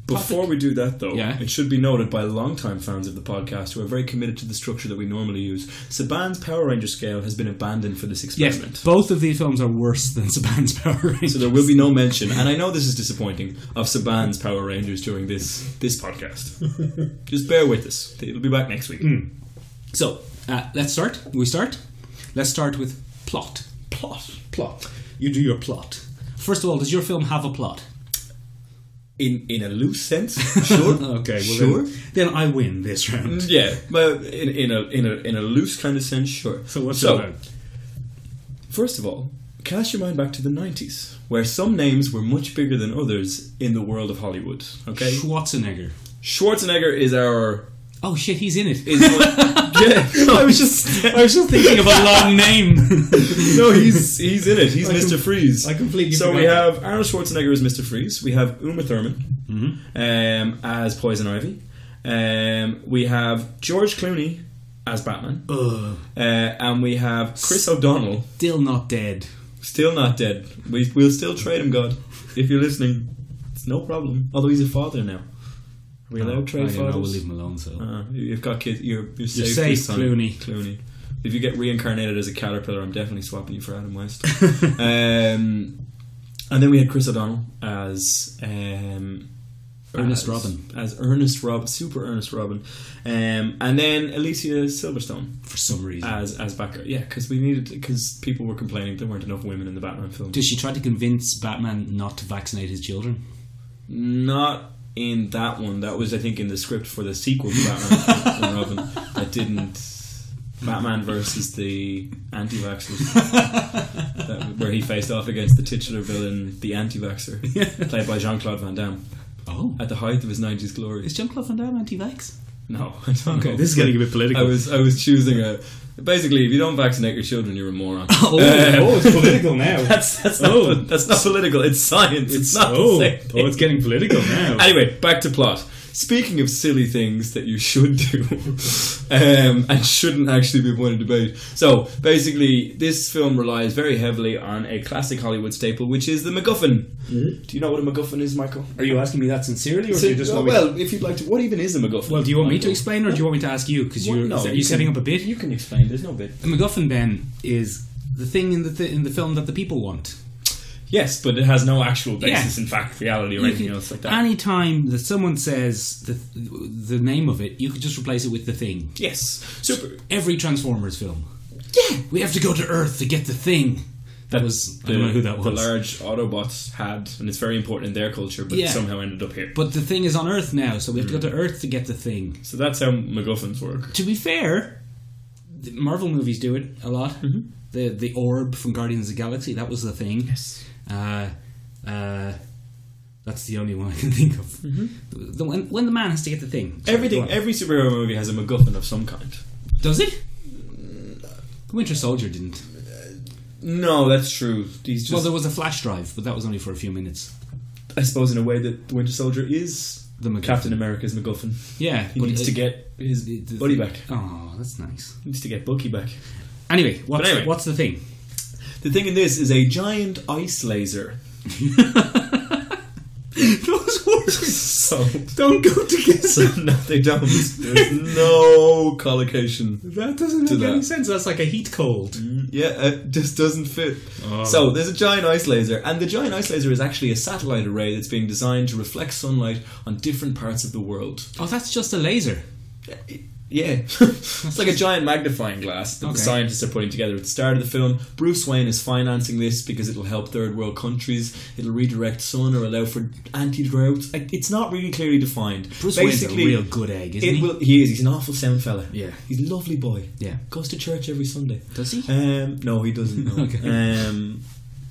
Speaker 3: Before we do that, though,
Speaker 1: Yeah.
Speaker 3: it should be noted by longtime fans of the podcast who are very committed to the structure that we normally use. Saban's Power Ranger scale has been abandoned for this
Speaker 1: Yes,
Speaker 3: experiment.
Speaker 1: both of these films are worse than Saban's Power Rangers.
Speaker 3: So there will be no mention, and I know this is disappointing, of Saban's Power Rangers during this this podcast. Just bear with us; it'll be back next week.
Speaker 1: Hmm. So uh, let's start. We start. Let's start with plot.
Speaker 3: Plot.
Speaker 1: Plot. You do your plot. First of all, does your film have a plot?
Speaker 3: In in a loose sense, sure.
Speaker 1: Okay. Well
Speaker 3: sure.
Speaker 1: Then, then I win this round.
Speaker 3: Yeah, but in, in a in a in a loose kind of sense, sure.
Speaker 1: So what's that about?
Speaker 3: First of all, cast your mind back to the '90s, where some names were much bigger than others in the world of Hollywood. Okay,
Speaker 1: Schwarzenegger.
Speaker 3: Schwarzenegger is our.
Speaker 1: Oh shit, he's in it.
Speaker 3: Is yeah,
Speaker 1: I was just I was just thinking of a long name.
Speaker 3: no, he's he's in it. He's
Speaker 1: I
Speaker 3: Mr.
Speaker 1: com-
Speaker 3: Freeze.
Speaker 1: I completely
Speaker 3: So we
Speaker 1: forgot.
Speaker 3: have Arnold Schwarzenegger as Mr. Freeze. We have Uma Thurman
Speaker 1: Mm-hmm.
Speaker 3: um, as Poison Ivy. Um, we have George Clooney as Batman,
Speaker 1: Ugh.
Speaker 3: uh, and we have Chris O'Donnell,
Speaker 1: Still not dead.
Speaker 3: still not dead. We we'll still trade him, God, if you're listening. It's no problem. Although he's a father now. Are we allowed to
Speaker 1: Ah, I
Speaker 3: trade
Speaker 1: don't know,
Speaker 3: fathers?
Speaker 1: We'll leave him alone. So
Speaker 3: Uh, you've got kids. You're you're, safe,
Speaker 1: safe,
Speaker 3: this time.
Speaker 1: Clooney.
Speaker 3: Clooney. If you get reincarnated as a caterpillar, I'm definitely swapping you for Adam West. um, and then we had Chris O'Donnell as um,
Speaker 1: Ernest
Speaker 3: as-
Speaker 1: Robin.
Speaker 3: as Ernest Robin, super Ernest Robin, um, and then Alicia Silverstone
Speaker 1: for some reason,
Speaker 3: as as Batgirl. Yeah, because we needed because people were complaining there weren't enough women in the Batman film.
Speaker 1: does she try to convince Batman not to vaccinate his children?
Speaker 3: Not in that one. That was, I think, in the script for the sequel to Batman and Robin. I didn't. Batman versus the anti-vaxxers, that, where he faced off against the titular villain, the anti-vaxxer, played by Jean-Claude Van Damme,
Speaker 1: Oh,
Speaker 3: at the height of his '90s glory.
Speaker 1: is Jean Claude Van Damme anti-vax?
Speaker 3: No, I don't know.
Speaker 1: this is getting a bit political.
Speaker 3: I was, I was choosing a. Basically, if you don't vaccinate your children, you're a moron. Uh,
Speaker 1: Oh, oh, it's political now.
Speaker 3: That's that's not,
Speaker 1: Oh.
Speaker 3: that's not political. It's science. It's, not. the same thing.
Speaker 1: getting political now.
Speaker 3: Anyway, back to plot. Speaking of silly things that you should do um, and shouldn't actually be pointed debate. So basically, this film relies very heavily on a classic Hollywood staple, which is the MacGuffin. Do you know what a MacGuffin is, Michael?
Speaker 1: Mm-hmm. Are you asking me that sincerely, or do you just
Speaker 3: well,
Speaker 1: want me?
Speaker 3: well, if you'd like to, what even is a MacGuffin?
Speaker 1: Well, do you want me to
Speaker 3: Michael?
Speaker 1: explain, or do you want me to ask you? Because you're
Speaker 3: What? No,
Speaker 1: are you,
Speaker 3: you
Speaker 1: setting
Speaker 3: can-
Speaker 1: up a bit.
Speaker 3: You can explain. There's no bit.
Speaker 1: The MacGuffin then is the thing in the th- in the film that the people want.
Speaker 3: Yes, but it has no actual basis
Speaker 1: Yeah.
Speaker 3: in fact, reality, or
Speaker 1: You
Speaker 3: anything
Speaker 1: could-
Speaker 3: else like that.
Speaker 1: Anytime that someone says the the name of it, you could just replace it with the thing.
Speaker 3: yes, super.
Speaker 1: Every Transformers film. Yeah, we have to go to Earth to get the thing. That was I don't know who that
Speaker 3: The
Speaker 1: was.
Speaker 3: large Autobots had, and it's very important in their culture, but it
Speaker 1: Yeah.
Speaker 3: somehow ended up here.
Speaker 1: But the thing is on Earth now, so we have to
Speaker 3: Mm-hmm.
Speaker 1: go to Earth to get the thing.
Speaker 3: so that's how MacGuffins work.
Speaker 1: To be fair, the Marvel movies do it a lot.
Speaker 3: Mm-hmm.
Speaker 1: The the orb from Guardians of the Galaxy that was the thing.
Speaker 3: Yes.
Speaker 1: Uh, uh, that's the only one I can think of. The, the- when, when the man has to get the thing. Sorry,
Speaker 3: Mm-hmm. Everything,
Speaker 1: go on.
Speaker 3: every superhero movie has a MacGuffin of some kind.
Speaker 1: does it. The Winter Soldier didn't.
Speaker 3: No, that's true. He's just,
Speaker 1: well, there was a flash drive, but that was only for a few minutes.
Speaker 3: I suppose, in a way that the Winter Soldier is
Speaker 1: The MacGuffin.
Speaker 3: Captain America's MacGuffin.
Speaker 1: Yeah,
Speaker 3: He needs to get his buddy back.
Speaker 1: Oh, that's nice.
Speaker 3: He needs to get Bucky back.
Speaker 1: Anyway, what's,
Speaker 3: anyway.
Speaker 1: what's the thing?
Speaker 3: The thing in this is a giant ice laser.
Speaker 1: Those words
Speaker 3: So,
Speaker 1: don't go together.
Speaker 3: so no, they don't. There's no collocation.
Speaker 1: That doesn't
Speaker 3: To
Speaker 1: make any
Speaker 3: that. Mm.
Speaker 1: sense. That's like a heat cold.
Speaker 3: Yeah, it just doesn't fit.
Speaker 1: Oh.
Speaker 3: So there's a giant ice laser, and the giant ice laser is actually a satellite array that's being designed to reflect sunlight on different parts of the world.
Speaker 1: Oh, that's just a laser.
Speaker 3: Yeah, it's like a giant magnifying glass that
Speaker 1: Okay.
Speaker 3: the scientists are putting together at the start of the film. Bruce Wayne is financing this because it'll help third world countries. It'll redirect sun or allow for anti drought. It's not really clearly defined.
Speaker 1: Bruce Wayne's a real good egg, isn't
Speaker 3: it
Speaker 1: he?
Speaker 3: Will, he is. He's an awful sound fella.
Speaker 1: Yeah.
Speaker 3: he's a lovely boy.
Speaker 1: Yeah.
Speaker 3: goes to church every Sunday.
Speaker 1: Does he?
Speaker 3: Um, no, he doesn't. No.
Speaker 1: Okay.
Speaker 3: Um,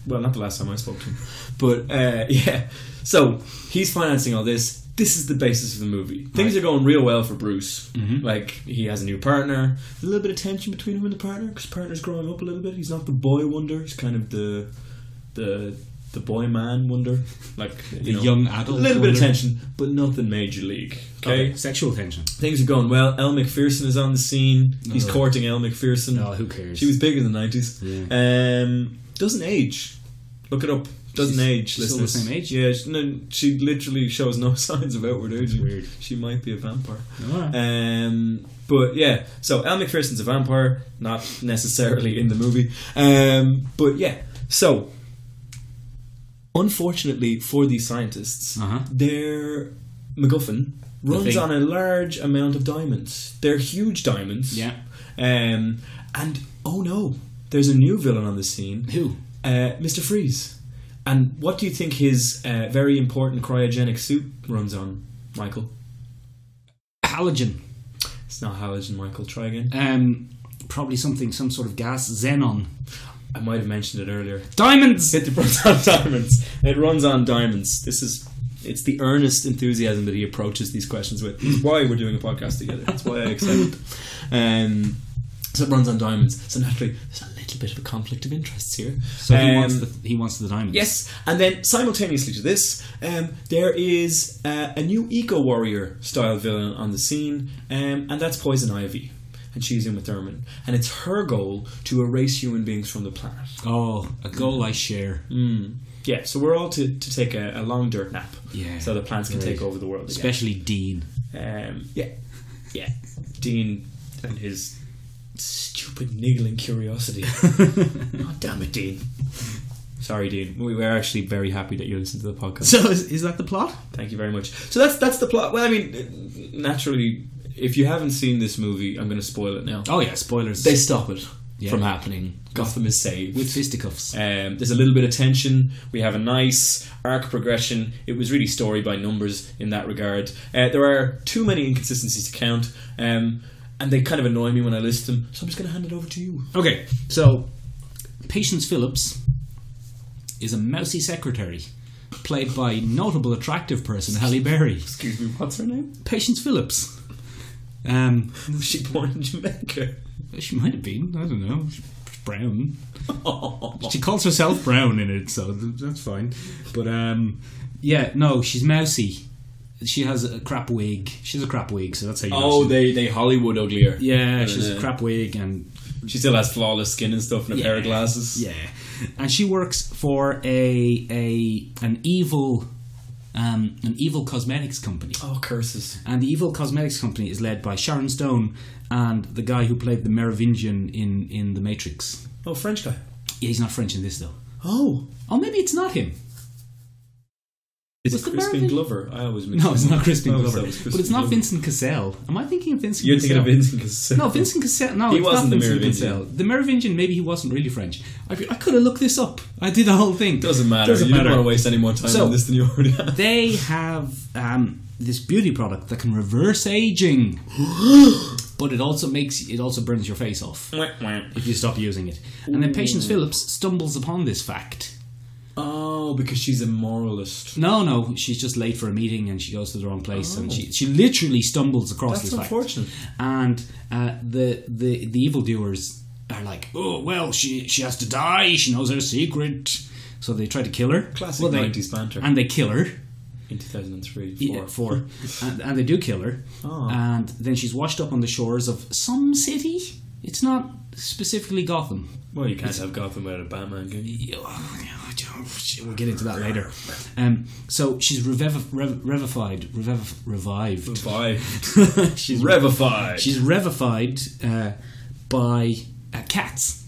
Speaker 3: well, not the last time I spoke to him, but uh, yeah. So he's financing all this. This is the basis of the movie. Things are going real well for Bruce.
Speaker 1: Mm-hmm.
Speaker 3: Like he has a new partner. A little bit of tension between him and the partner because partner's growing up a little bit. He's not the boy wonder. He's kind of the the the boy man wonder. Like you know,
Speaker 1: young
Speaker 3: A
Speaker 1: adult
Speaker 3: little bit of
Speaker 1: wonder.
Speaker 3: tension, but nothing major league. Okay.
Speaker 1: Sexual tension.
Speaker 3: Things are going well. Elle McPherson is on the scene. He's
Speaker 1: Ugh.
Speaker 3: courting Elle McPherson.
Speaker 1: Oh, who cares?
Speaker 3: She was big in the nineties. Um, doesn't age. Look it up. Doesn't
Speaker 1: She's-
Speaker 3: age.
Speaker 1: she's still the
Speaker 3: listeners.
Speaker 1: same age?
Speaker 3: Yeah. She, no, she literally shows no signs of outward aging.
Speaker 1: weird. Oh,
Speaker 3: She might be a vampire.
Speaker 1: Alright.
Speaker 3: Um, but yeah. So Elle McPherson's a vampire, not necessarily in the movie. Um, but yeah. So. Unfortunately for these scientists,
Speaker 1: Uh-huh.
Speaker 3: their MacGuffin runs
Speaker 1: thing.
Speaker 3: on a large amount of diamonds. They're huge diamonds.
Speaker 1: Yeah.
Speaker 3: Um, and oh no, there's a new villain on the scene.
Speaker 1: Who?
Speaker 3: Uh, Mr. Freeze. And what do you think his uh, very important cryogenic suit runs on, Michael?
Speaker 1: Halogen.
Speaker 3: It's not halogen, Michael. Try again.
Speaker 1: Um, probably something, some sort of gas. Xenon.
Speaker 3: I might have mentioned it earlier.
Speaker 1: Diamonds!
Speaker 3: It runs on diamonds. It runs on diamonds. This is. It's the earnest enthusiasm that he approaches these questions with. It's why we're doing a podcast together. That's why I accepted. Um, so it runs on diamonds. So naturally, there's a little bit of a conflict of interests here.
Speaker 1: So he, wants
Speaker 3: Um,
Speaker 1: the, he wants the diamonds.
Speaker 3: Yes, and then simultaneously to this, um, there is uh, a new eco warrior style villain on the scene, um, and that's Poison Ivy, and she's in with Thurman, and it's her goal to erase human beings from the planet.
Speaker 1: Oh, a goal I share.
Speaker 3: Yeah, so we're all to, to take a, a long dirt nap,
Speaker 1: Yeah,
Speaker 3: so the plants can
Speaker 1: great.
Speaker 3: take over the world. Again.
Speaker 1: Especially Dean.
Speaker 3: Um, yeah, yeah, Dean and his stupid niggling curiosity. oh, damn it, Dean. Sorry, Dean. We were actually very happy that you listened to the podcast.
Speaker 1: So is, is that the plot?
Speaker 3: Thank you very much. So that's that's the plot. Well, I mean, naturally, if you haven't seen this movie, I'm going to spoil it now.
Speaker 1: Oh yeah, spoilers.
Speaker 3: They stop it
Speaker 1: Yeah.
Speaker 3: from happening. Gotham is saved.
Speaker 1: With fisticuffs.
Speaker 3: um, there's a little bit of tension. We have a nice arc progression. It was really story by numbers in that regard. Uh, there are too many inconsistencies to count, um, and they kind of annoy me when I list them. So I'm just going to hand it over to you.
Speaker 1: Okay, so Patience Phillips is a mousy secretary, played by notable attractive person Halle Berry.
Speaker 3: Excuse me, what's her name?
Speaker 1: Patience Phillips. Um,
Speaker 3: Was she born in Jamaica?
Speaker 1: she might have been. I don't know. She's brown. She calls herself brown in it, so th- that's fine. But um, yeah, no, she's mousy. She has a crap wig. She has a crap wig, so that's how you. know
Speaker 3: oh,
Speaker 1: she-
Speaker 3: they they Hollywood uglier.
Speaker 1: Yeah, she has a
Speaker 3: Uh,
Speaker 1: crap wig and
Speaker 3: She still has flawless skin and stuff and a pair of
Speaker 1: Yeah.
Speaker 3: glasses.
Speaker 1: Yeah, and she works for a a an evil um, an evil cosmetics company,
Speaker 3: Oh, curses.
Speaker 1: and the evil cosmetics company is led by Sharon Stone and the guy who played the Merovingian in in The Matrix.
Speaker 3: Oh, French guy.
Speaker 1: Yeah, he's not French in this though.
Speaker 4: Oh,
Speaker 1: Oh, maybe it's not him.
Speaker 4: is
Speaker 1: Was
Speaker 4: it
Speaker 1: the
Speaker 4: Crispin
Speaker 1: Marvin-
Speaker 4: Glover? I always mix
Speaker 1: No, it's
Speaker 4: them
Speaker 1: not
Speaker 4: up.
Speaker 1: Crispin
Speaker 4: I always
Speaker 1: Glover.
Speaker 4: thought it was
Speaker 1: but
Speaker 4: Crispin
Speaker 1: it's not
Speaker 4: Glover.
Speaker 1: Vincent Cassell. Am I thinking of Vincent?
Speaker 4: You're
Speaker 1: Cassell?
Speaker 4: thinking of Vincent Cassel.
Speaker 1: No, Vincent Cassel. No,
Speaker 4: He
Speaker 1: it's
Speaker 4: wasn't
Speaker 1: not
Speaker 4: the
Speaker 1: Vincent
Speaker 4: Merovingian.
Speaker 1: Cassel. The Merovingian, maybe he wasn't really French. I, I could have looked this up. I did the whole thing.
Speaker 4: Doesn't matter.
Speaker 1: Doesn't
Speaker 4: you
Speaker 1: matter.
Speaker 4: don't want to waste any more time
Speaker 1: So-
Speaker 4: on this than you already have.
Speaker 1: They have um, this beauty product that can reverse aging, but it also makes it also burns your face off if you stop using it. And then Patience Phillips stumbles upon this fact.
Speaker 4: Oh, because she's a moralist.
Speaker 1: No, no, she's just late for a meeting and she goes to the wrong place and she, she literally stumbles across
Speaker 4: Oh. That's
Speaker 1: this fact.
Speaker 4: unfortunate.
Speaker 1: And uh, the the the evildoers are like, oh well, she she has to die. She knows her secret. So they try to kill her.
Speaker 4: Classic
Speaker 1: well, they,
Speaker 4: 90s banter.
Speaker 1: And they kill her.
Speaker 4: In 2003, four.
Speaker 1: Yeah, four. and, and they do kill her.
Speaker 4: Oh.
Speaker 1: And then she's washed up on the shores of some city. It's not specifically Gotham.
Speaker 4: Well, you can't have Gotham without a Batman, can you?
Speaker 1: We'll get into that later. Um, so she's reviv- rev- revivified, reviv- revived.
Speaker 4: Five.
Speaker 1: she's
Speaker 4: Revify.
Speaker 1: she's revivified uh, by uh, cats,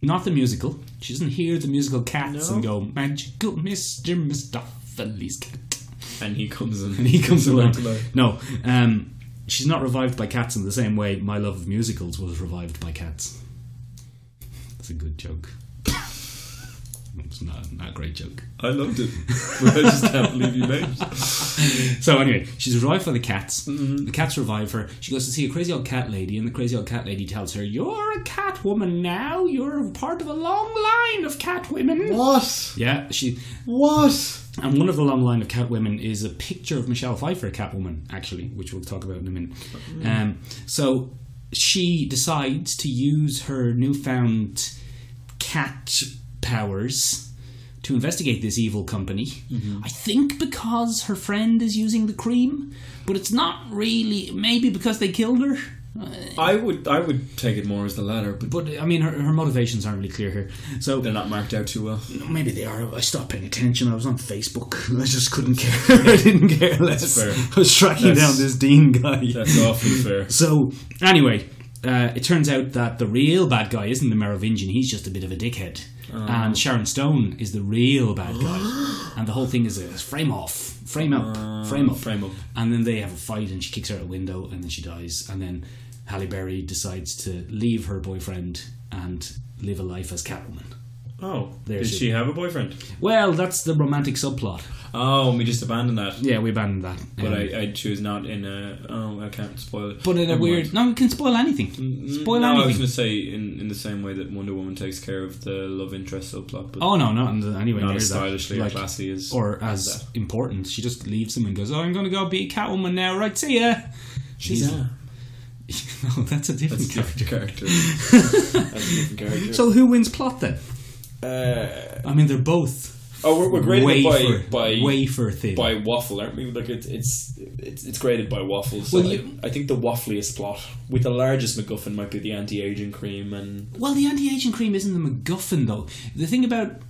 Speaker 1: not the musical. She doesn't hear the musical cats and go magical Mister Mistopheles cat.
Speaker 4: and he comes in.
Speaker 1: And he comes along.
Speaker 4: to life.
Speaker 1: No, um, she's not revived by cats in the same way my love of musicals was revived by cats. That's a good joke. it's not, not a great joke.
Speaker 4: I loved it. But I just can't believe you made it.
Speaker 1: So anyway, she's revived by the cats. The cats revive her. She goes to see a crazy old cat lady, and the crazy old cat lady tells her, "You're a cat woman now. You're part of a long line of cat women."
Speaker 4: What?
Speaker 1: Yeah, she
Speaker 4: What?
Speaker 1: and one of the long line of cat women is a picture of Michelle Pfeiffer, Catwoman, actually, which we'll talk about in a minute. Um, so she decides to use her newfound cat powers to investigate this evil company. I think because her friend is using the cream, but it's not really. Maybe because they killed her.
Speaker 4: I would I would take it more as the latter, but
Speaker 1: But I mean, her, her motivations aren't really clear here. So
Speaker 4: they're not marked out too well.
Speaker 1: Maybe they are. I stopped paying attention. I was on Facebook. I just couldn't care. I didn't care less.
Speaker 4: fair.
Speaker 1: I was tracking
Speaker 4: That's-
Speaker 1: down this Dean guy.
Speaker 4: That's awfully fair.
Speaker 1: So anyway, uh, it turns out that the real bad guy isn't the Merovingian. He's just a bit of a dickhead.
Speaker 4: Uh-huh.
Speaker 1: And Sharon Stone is the real bad guy. and the whole thing is a frame off, frame up, frame up,
Speaker 4: Uh, Frame up.
Speaker 1: And then they have a fight, and she kicks her out a window, and then she dies. And then Halle Berry decides to leave her boyfriend and live a life as Catwoman.
Speaker 4: Oh,
Speaker 1: There's
Speaker 4: did
Speaker 1: it.
Speaker 4: she have a boyfriend?
Speaker 1: Well, that's the romantic subplot.
Speaker 4: Oh, and we just abandoned that.
Speaker 1: Yeah, we abandoned that.
Speaker 4: But
Speaker 1: Um,
Speaker 4: I, I choose not in a. Oh, I can't spoil it.
Speaker 1: but in a
Speaker 4: Never mind.
Speaker 1: weird.
Speaker 4: Mm,
Speaker 1: No, we can spoil anything. Spoil
Speaker 4: no, I was
Speaker 1: anything.
Speaker 4: going to say in, in the same way that Wonder Woman takes care of the love interest subplot, but
Speaker 1: Oh no, not in the, anyway.
Speaker 4: not
Speaker 1: near
Speaker 4: as
Speaker 1: that.
Speaker 4: stylishly
Speaker 1: Like,
Speaker 4: or classy as
Speaker 1: or as important. She just leaves him and goes, "Oh, I'm gonna go be a Catwoman now. Right, see ya."
Speaker 4: she's
Speaker 1: no,
Speaker 4: a
Speaker 1: that's a different
Speaker 4: that's a
Speaker 1: character.
Speaker 4: different character. that's a different character.
Speaker 1: So who wins plot then?
Speaker 4: uh,
Speaker 1: I mean, they're both
Speaker 3: Oh, we're, we're graded
Speaker 1: wafer,
Speaker 3: by by,
Speaker 1: wafer thin.
Speaker 3: by waffle, aren't we? Like it's it's it's, it's graded by waffle. So
Speaker 1: Well,
Speaker 3: I-
Speaker 1: you-
Speaker 3: I, think the waffliest plot with the largest MacGuffin might be the anti-aging cream and
Speaker 1: Well, the anti-aging cream isn't the MacGuffin though. The thing about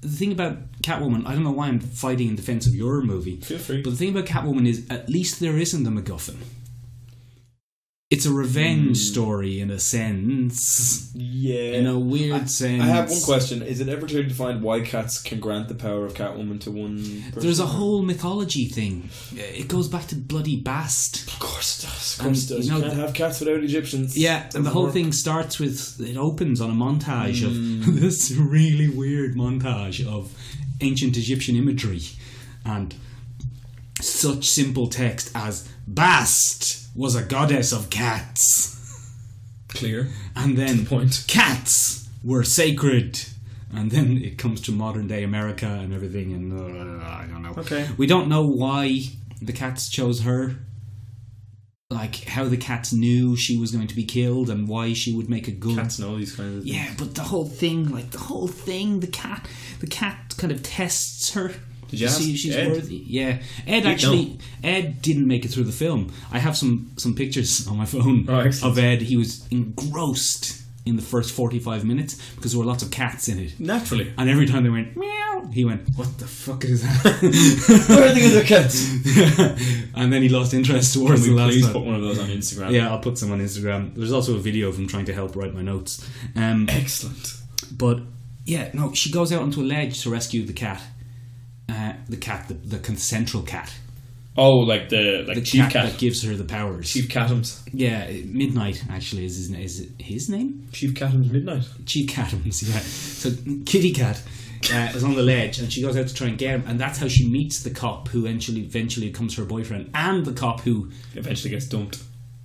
Speaker 1: the thing about Catwoman, I don't know why I'm fighting in defense of your movie.
Speaker 3: Feel free.
Speaker 1: But the thing about Catwoman is, at least there isn't a MacGuffin. It's a revenge story in a sense,
Speaker 3: Hmm. yeah.
Speaker 1: in a weird sense.
Speaker 3: I have one question: Is it ever clearly defined why cats can grant the power of Catwoman to one? Person?
Speaker 1: There's a whole mythology thing. It goes back to bloody Bast.
Speaker 3: Of course it does. Of
Speaker 1: And,
Speaker 3: course it does.
Speaker 1: you
Speaker 3: You,
Speaker 1: know,
Speaker 3: can't
Speaker 1: the-
Speaker 3: have cats without Egyptians.
Speaker 1: Yeah, and the
Speaker 3: Doesn't
Speaker 1: whole
Speaker 3: work.
Speaker 1: thing starts with it opens on a montage
Speaker 3: Hmm.
Speaker 1: of this really weird montage of ancient Egyptian imagery and such simple text as Bast was a goddess of cats,
Speaker 4: clear.
Speaker 1: and then
Speaker 4: point.
Speaker 1: cats were sacred. And then it comes to modern day America and everything, and uh, I don't know.
Speaker 4: Okay.
Speaker 1: We don't know why the cats chose her. Like how the cats knew she was going to be killed and why she would make a good.
Speaker 4: Cats know these kinds of things.
Speaker 1: Yeah, but the whole thing, like the whole thing, the cat, the cat kind of tests her.
Speaker 4: Did you
Speaker 1: to see
Speaker 4: ask
Speaker 1: if she's
Speaker 4: Ed?
Speaker 1: worthy? Yeah, Ed actually, Ed didn't make it through the film. I have some some pictures on my phone
Speaker 4: Oh, excellent.
Speaker 1: of Ed. He was engrossed in the first forty five minutes because there were lots of cats in it,
Speaker 4: Naturally.
Speaker 1: and every time they went meow, he went, "What the fuck is that?"
Speaker 4: Where are the other cats?
Speaker 1: and then he lost interest towards
Speaker 4: Can
Speaker 1: the
Speaker 4: we
Speaker 1: last
Speaker 4: please
Speaker 1: one.
Speaker 4: put one of those on Instagram?
Speaker 1: Yeah, I'll put some on Instagram. There's also a video of him trying to help write my notes. Um,
Speaker 4: Excellent.
Speaker 1: but Yeah, no, she goes out onto a ledge to rescue the cat. Uh, the cat, the, the con- central cat.
Speaker 3: Oh, like the like
Speaker 1: The
Speaker 3: chief
Speaker 1: cat,
Speaker 3: cat,
Speaker 1: that gives her the powers.
Speaker 3: chief Catums,
Speaker 1: Yeah, Midnight actually is his, is his name?
Speaker 3: chief Catums Midnight.
Speaker 1: Chief Catums, yeah. So Kitty Cat uh, is on the ledge, and she goes out to try and get him, and that's how she meets the cop who eventually eventually becomes her boyfriend, and the cop who
Speaker 3: Eventually gets dumped.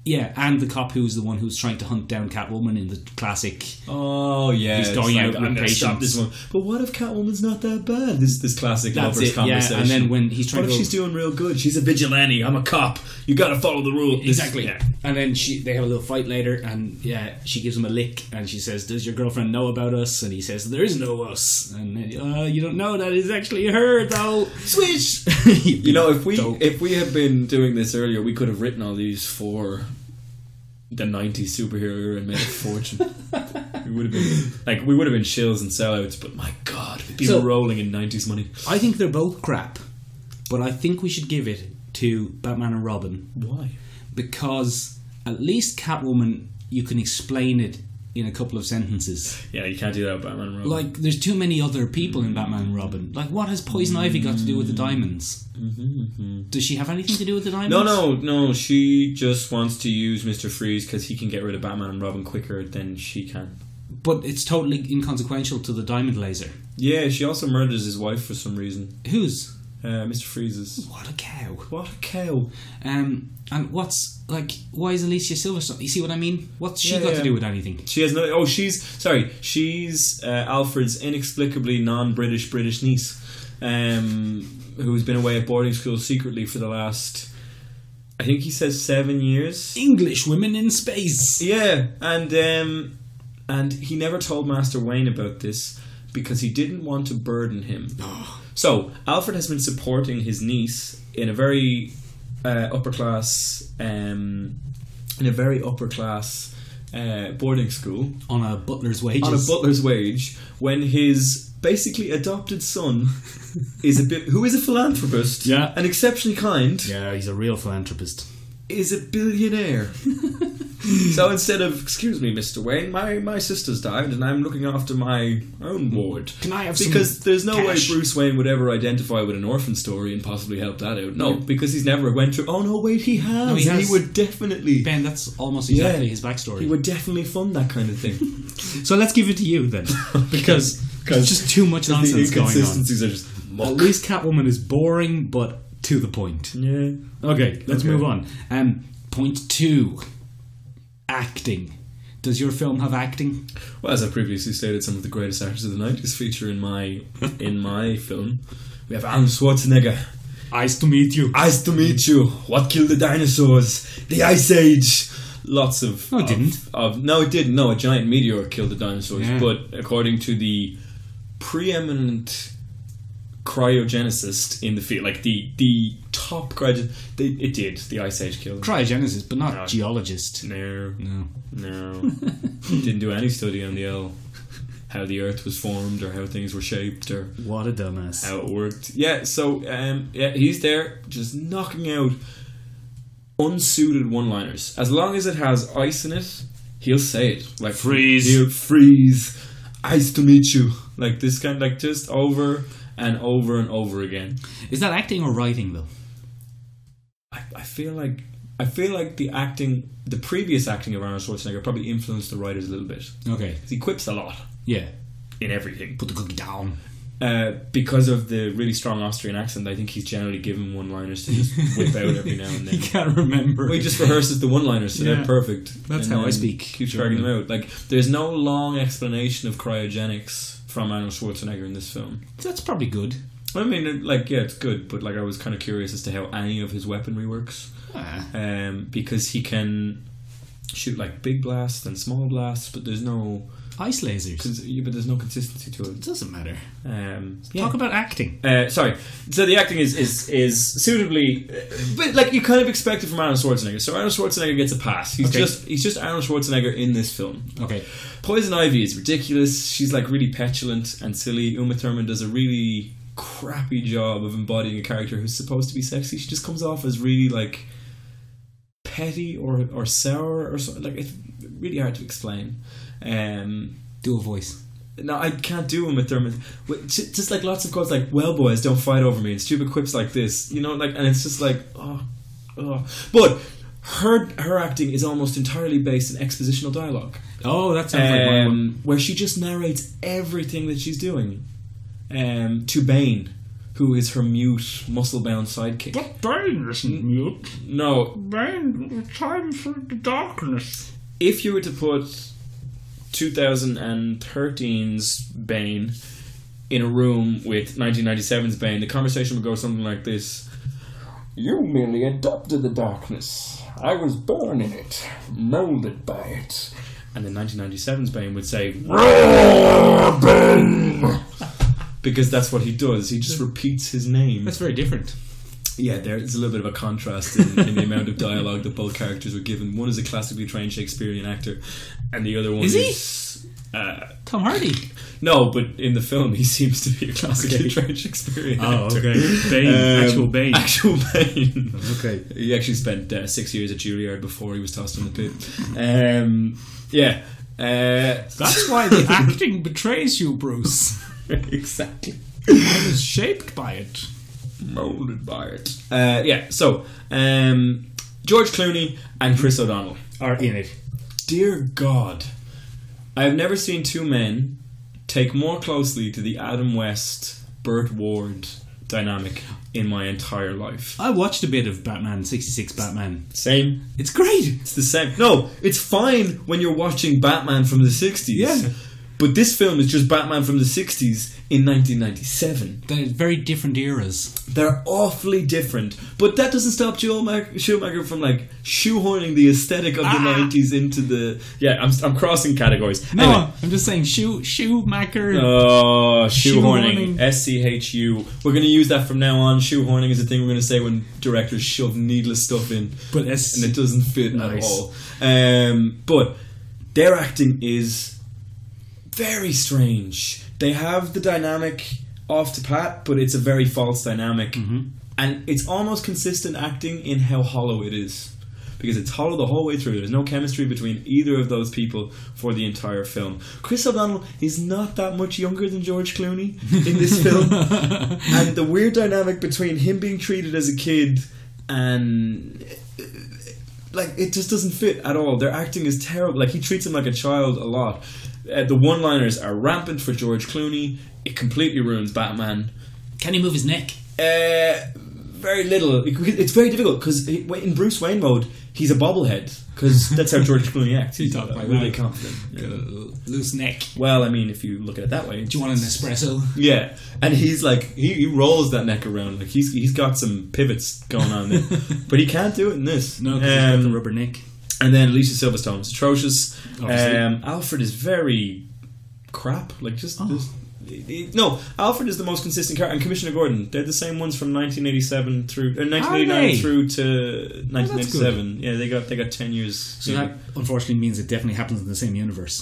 Speaker 1: yeah, and the cop who's the one who's trying to hunt down Catwoman in the classic.
Speaker 4: Oh yeah,
Speaker 1: He's
Speaker 4: it's
Speaker 1: going
Speaker 4: like,
Speaker 1: out with
Speaker 4: I'm gonna stop
Speaker 1: patience.
Speaker 4: this one. But what if Catwoman's not that bad? This this classic
Speaker 1: That's
Speaker 4: lovers
Speaker 1: it, yeah,
Speaker 4: conversation.
Speaker 1: and then when he's trying
Speaker 4: what
Speaker 1: to
Speaker 4: if
Speaker 1: go-
Speaker 4: she's doing real good? She's a vigilante. I'm a cop. You got to follow the rules.
Speaker 1: Exactly. And then she they have a little fight later, and yeah, she gives him a lick, and she says, "Does your girlfriend know about us?" And he says, "There is no us." And then, uh, you don't know that is actually her though.
Speaker 4: Switch.
Speaker 3: You know, if we
Speaker 1: Dope.
Speaker 3: if we had been doing this earlier, we could have written all these for the '90s superhero era and made a fortune. we would have been like we would have been shills and sellouts, but my god, we'd be
Speaker 1: So-
Speaker 3: rolling in '90s money.
Speaker 1: I think they're both crap, but I think we should give it to Batman and Robin
Speaker 3: Why?
Speaker 1: because at least Catwoman you can explain it in a couple of sentences.
Speaker 3: Yeah, you can't do that, with Batman. and Robin.
Speaker 1: Like there's too many other people in Batman and Robin. Like what has Poison Ivy got to do with the diamonds? Does she have anything to do with the diamonds?
Speaker 3: Mm-hmm. No, no, no. She just wants to use Mister Freeze because he can get rid of Batman and Robin quicker than she can.
Speaker 1: But it's totally inconsequential to the diamond laser.
Speaker 3: Yeah, she also murders his wife for some reason.
Speaker 1: Who's
Speaker 3: Uh, Mister Freeze's.
Speaker 1: what a cow.
Speaker 3: What a cow!
Speaker 1: Um, and what's like? Why is Alicia Silverstone? You see what I mean? What's she
Speaker 3: Yeah,
Speaker 1: got
Speaker 3: yeah.
Speaker 1: to do with anything?
Speaker 3: She has no. Oh, she's sorry. She's uh, Alfred's inexplicably non-British British niece, um, who's been away at boarding school secretly for the last. I think he says seven years.
Speaker 1: English women in space.
Speaker 3: Yeah, and um, and he never told Master Wayne about this because he didn't want to burden him. so Alfred has been supporting his niece in a very uh, upper class, um, in a very upper class uh, boarding school
Speaker 1: On a butler's wages.
Speaker 3: on a butler's wage when his basically adopted son is a bit who is a philanthropist
Speaker 1: Yeah.
Speaker 3: and exceptionally kind
Speaker 1: Yeah, he's a real philanthropist.
Speaker 3: is a billionaire. so instead of excuse me, Mister Wayne, my my sister's died and I'm looking after my own ward.
Speaker 1: Can I have some
Speaker 3: because there's no
Speaker 1: cash?
Speaker 3: way Bruce Wayne would ever identify with an orphan story and possibly help that out. No, because he's never went through. Oh no, wait, he has.
Speaker 1: No, he has.
Speaker 3: would definitely.
Speaker 1: Ben, that's almost
Speaker 3: Yeah.
Speaker 1: exactly his backstory.
Speaker 3: He would definitely fund that kind of thing.
Speaker 1: So let's give it to you then, because there's just too much
Speaker 3: the
Speaker 1: nonsense going on.
Speaker 3: inconsistencies are just.
Speaker 1: At
Speaker 3: muck.
Speaker 1: least Catwoman is boring, but to the point.
Speaker 3: Yeah.
Speaker 1: Okay, let's
Speaker 3: Okay.
Speaker 1: move on. Um, point two, acting. Does your film have acting?
Speaker 3: Well, as I previously stated, some of the greatest actors of the '90s feature in my in my film. We have Arnold Schwarzenegger.
Speaker 1: Nice to meet you.
Speaker 3: Nice to meet you. What killed the dinosaurs? The Ice Age. Lots of.
Speaker 1: No, it
Speaker 3: of-
Speaker 1: didn't.
Speaker 3: Of, no, it didn't. No, a giant meteor killed the dinosaurs.
Speaker 1: Yeah.
Speaker 3: But according to the preeminent cryogenicist in the field, like the the top cryo, they, it did. The Ice Age killed. them.
Speaker 1: Cryogenesis, but not
Speaker 3: No.
Speaker 1: geologist.
Speaker 3: no,
Speaker 1: No.
Speaker 3: no. didn't do any study on the L. How the Earth was formed, or how things were shaped, or
Speaker 1: What a dumbass.
Speaker 3: how it worked. Yeah, so um, yeah, he's there just knocking out unsuited one-liners. As long as it has ice in it, he'll say it like
Speaker 1: Freeze.
Speaker 3: he'll freeze. Ice to meet you. Like this kind, like just over and over and over again.
Speaker 1: Is that acting or writing though?
Speaker 3: I, I feel like I feel like the acting, the previous acting of Arnold Schwarzenegger probably influenced the writers a little bit. 'Cause
Speaker 1: Okay.
Speaker 3: He quips a lot
Speaker 1: Yeah.
Speaker 3: in everything.
Speaker 1: Put the cookie down.
Speaker 3: Uh, because of the really strong Austrian accent, I think he's generally given one-liners to just whip out every now and then.
Speaker 1: You can't remember.
Speaker 3: Well, he just rehearses the one-liners, so
Speaker 1: Yeah.
Speaker 3: they're perfect.
Speaker 1: That's
Speaker 3: And
Speaker 1: how I
Speaker 3: then
Speaker 1: speak
Speaker 3: Keeps
Speaker 1: German.
Speaker 3: dragging them out. Like, there's no long explanation of cryogenics from Arnold Schwarzenegger in this film.
Speaker 1: That's probably good.
Speaker 3: I mean, it- like, yeah, it's good, but like, I was kind of curious as to how any of his weaponry works,
Speaker 1: Ah.
Speaker 3: um, because he can shoot like big blasts and small blasts, but there's no,
Speaker 1: Ice lasers.
Speaker 3: cons- yeah, but there's no consistency to
Speaker 1: It
Speaker 3: it.
Speaker 1: doesn't matter.
Speaker 3: Um,
Speaker 1: Talk about acting.
Speaker 3: Uh, sorry. So the acting is is is suitably, but like you kind of expect it from Arnold Schwarzenegger. So Arnold Schwarzenegger gets a pass. He's
Speaker 1: Okay.
Speaker 3: just he's just Arnold Schwarzenegger in this film.
Speaker 1: Okay.
Speaker 3: Poison Ivy is ridiculous. She's like really petulant and silly. Uma Thurman does a really crappy job of embodying a character who's supposed to be sexy. She just comes off as really like petty or or sour or something. Like it's really hard to explain. Um,
Speaker 1: Do a voice.
Speaker 3: No, I can't do them with Dermot. with- ju- Just like lots of quotes, like "Well, boys, don't fight over me," and stupid quips like this, you know. Like, and it's just like, oh, oh. But her her acting is almost entirely based in expositional dialogue,
Speaker 1: Oh, that sounds like my one.
Speaker 3: um, where she just narrates everything that she's doing um, to Bane, who is her mute, muscle bound sidekick.
Speaker 5: Bane isn't mute.
Speaker 3: No,
Speaker 5: Bane, time for the darkness.
Speaker 3: if you were to put 2013's Bane in a room with 1997's Bane, the conversation would go something like this You merely adopted the darkness. I was born in it, molded by it. And then 1997's Bane would say, "Roar, Bane! Because that's what he does. He just repeats his name.
Speaker 1: That's very different.
Speaker 3: Yeah, there's a little bit of a contrast in, in the amount of dialogue that both characters were given. One is a classically trained Shakespearean actor, and the other one
Speaker 1: Is
Speaker 3: is.
Speaker 1: he?
Speaker 3: Uh,
Speaker 1: Tom Hardy.
Speaker 3: no, but in the film, he seems to be a classically trained Shakespearean
Speaker 1: Oh,
Speaker 3: actor.
Speaker 1: okay.
Speaker 5: Bane,
Speaker 3: Um,
Speaker 5: actual Bane.
Speaker 3: Actual Bane.
Speaker 1: Okay.
Speaker 3: He actually spent uh, six years at Juilliard before he was tossed on the pit. Um, yeah. Uh,
Speaker 1: That's why the acting betrays you, Bruce.
Speaker 3: exactly.
Speaker 1: I was shaped by it.
Speaker 3: Molded by it. Uh, yeah, so um, George Clooney and Chris O'Donnell.
Speaker 1: Are in it.
Speaker 3: Dear God, I have never seen two men take more closely to the Adam West Burt Ward dynamic in my entire life.
Speaker 1: I watched a bit of Batman 66 Batman.
Speaker 3: Same.
Speaker 1: It's great.
Speaker 3: It's the same. No, it's fine when you're watching Batman from the 60s.
Speaker 1: Yeah.
Speaker 3: But this film is just Batman from the 60s in 1997.
Speaker 1: They're very different eras.
Speaker 3: They're awfully different, but that doesn't stop Joel Mac- Schumacher from like shoehorning the aesthetic of the 90s into the. Yeah, I'm, I'm crossing categories.
Speaker 1: Ah. No,
Speaker 3: Anyway.
Speaker 1: I'm just saying, shoe, shoemaker.
Speaker 3: Oh,
Speaker 1: Shoehorning.
Speaker 3: shoehorning. S C H U. We're going to use that from now on. Shoehorning is a thing we're going to say when directors shove needless stuff in,
Speaker 1: But that's-
Speaker 3: and it doesn't fit
Speaker 1: Nice.
Speaker 3: at all. Um, but their acting is very strange. They have the dynamic off to Pat, but it's a very false dynamic, and it's almost consistent acting in how hollow it is. Because it's hollow the whole way through. There's no chemistry between either of those people for the entire film. Chris O'Donnell is not that much younger than George Clooney in this film. and the weird dynamic between him being treated as a kid and like it just doesn't fit at all. Their acting is terrible. Like he treats him like a child a lot. Uh, the one-liners are rampant for George Clooney. It completely ruins Batman.
Speaker 1: Can he move his neck?
Speaker 3: Uh, very little. It- It's very difficult because in Bruce Wayne mode, he's a bobblehead because that's how George Clooney acts. He's
Speaker 1: talked like
Speaker 3: really
Speaker 1: that.
Speaker 3: confident. you know.
Speaker 1: Uh, Loose neck.
Speaker 3: Well, I mean, if you look at it that way,
Speaker 1: Do you want an espresso?
Speaker 3: yeah, and he's like he, he rolls that neck around like he's he's got some pivots going on there, but he can't do it in this.
Speaker 1: No, 'cause he's got
Speaker 3: Um,
Speaker 1: the rubber neck.
Speaker 3: and then Alicia Silverstone is atrocious.
Speaker 1: Obviously.
Speaker 3: Um, Alfred is very crap. Like just,
Speaker 1: Oh.
Speaker 3: just- it- it- no. Alfred is the most consistent character, and Commissioner Gordon. They're the same ones from 1987 through uh, 1989
Speaker 1: they? Oh,
Speaker 3: through to 1997. yeah, they got they got 10 years.
Speaker 1: So
Speaker 3: yeah.
Speaker 1: that unfortunately means it definitely happens in the same universe.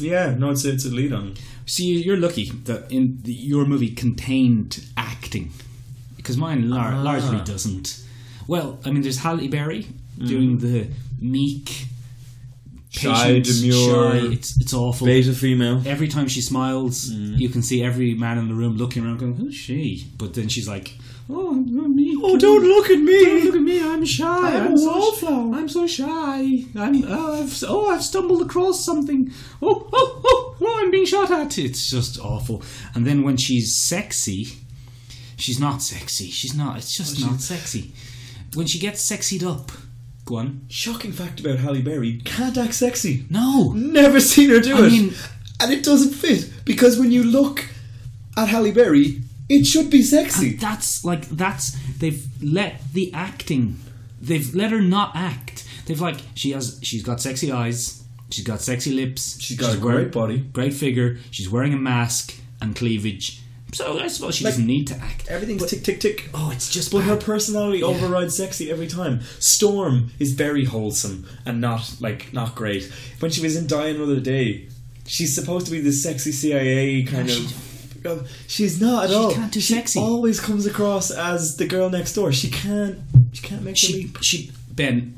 Speaker 3: yeah, no, it's a, it's a lead on.
Speaker 1: See, you're lucky that in the, your movie contained acting, because mine lar- largely doesn't. Well, I mean, there's Halle Berry doing the meek,
Speaker 3: Shy,
Speaker 1: patient,
Speaker 3: demure,
Speaker 1: shy. It's, it's awful.
Speaker 3: Beta female.
Speaker 1: Every time she smiles, you can see every man in the room looking around, going, "Who's she?" But then she's like, "Oh, me. Oh,
Speaker 3: Don't look at
Speaker 1: Don't
Speaker 3: me.
Speaker 1: look at me, I'm shy.
Speaker 3: I'm a
Speaker 1: so sh-
Speaker 3: wallflower.
Speaker 1: I'm so shy. I'm, oh, I've, oh, I've stumbled across something. Oh, oh, oh, oh, I'm being shot at. It's just awful. And then when she's sexy, she's not sexy. Oh, She's not, it's just not sexy. When she gets sexied up, go on.
Speaker 3: Shocking fact about Halle Berry: can't act sexy.
Speaker 1: No.
Speaker 3: Never seen her do
Speaker 1: I
Speaker 3: it.
Speaker 1: mean-
Speaker 3: and it doesn't fit because when you look at Halle Berry, it should be
Speaker 1: Uh,
Speaker 3: sexy.
Speaker 1: That's like that's they've let the acting they've let her not act. They've like she has she's got sexy eyes, she's got sexy lips,
Speaker 3: She's got a great
Speaker 1: wearing-
Speaker 3: body.
Speaker 1: great figure, she's wearing a mask and cleavage. So I suppose she doesn't need to act.
Speaker 3: Everything's tick tick tick.
Speaker 1: Oh, it's just
Speaker 3: But her
Speaker 1: bad.
Speaker 3: personality overrides sexy every time. Storm is very wholesome and not like not great. When she was in Die Another Day, she's supposed to be this sexy CIA kind
Speaker 1: No,
Speaker 3: of. Oh, She's not at
Speaker 1: She
Speaker 3: all.
Speaker 1: can't do
Speaker 3: she
Speaker 1: sexy.
Speaker 3: always comes across as the girl next door. She can't. She can't make the
Speaker 1: she
Speaker 3: leap.
Speaker 1: she Ben.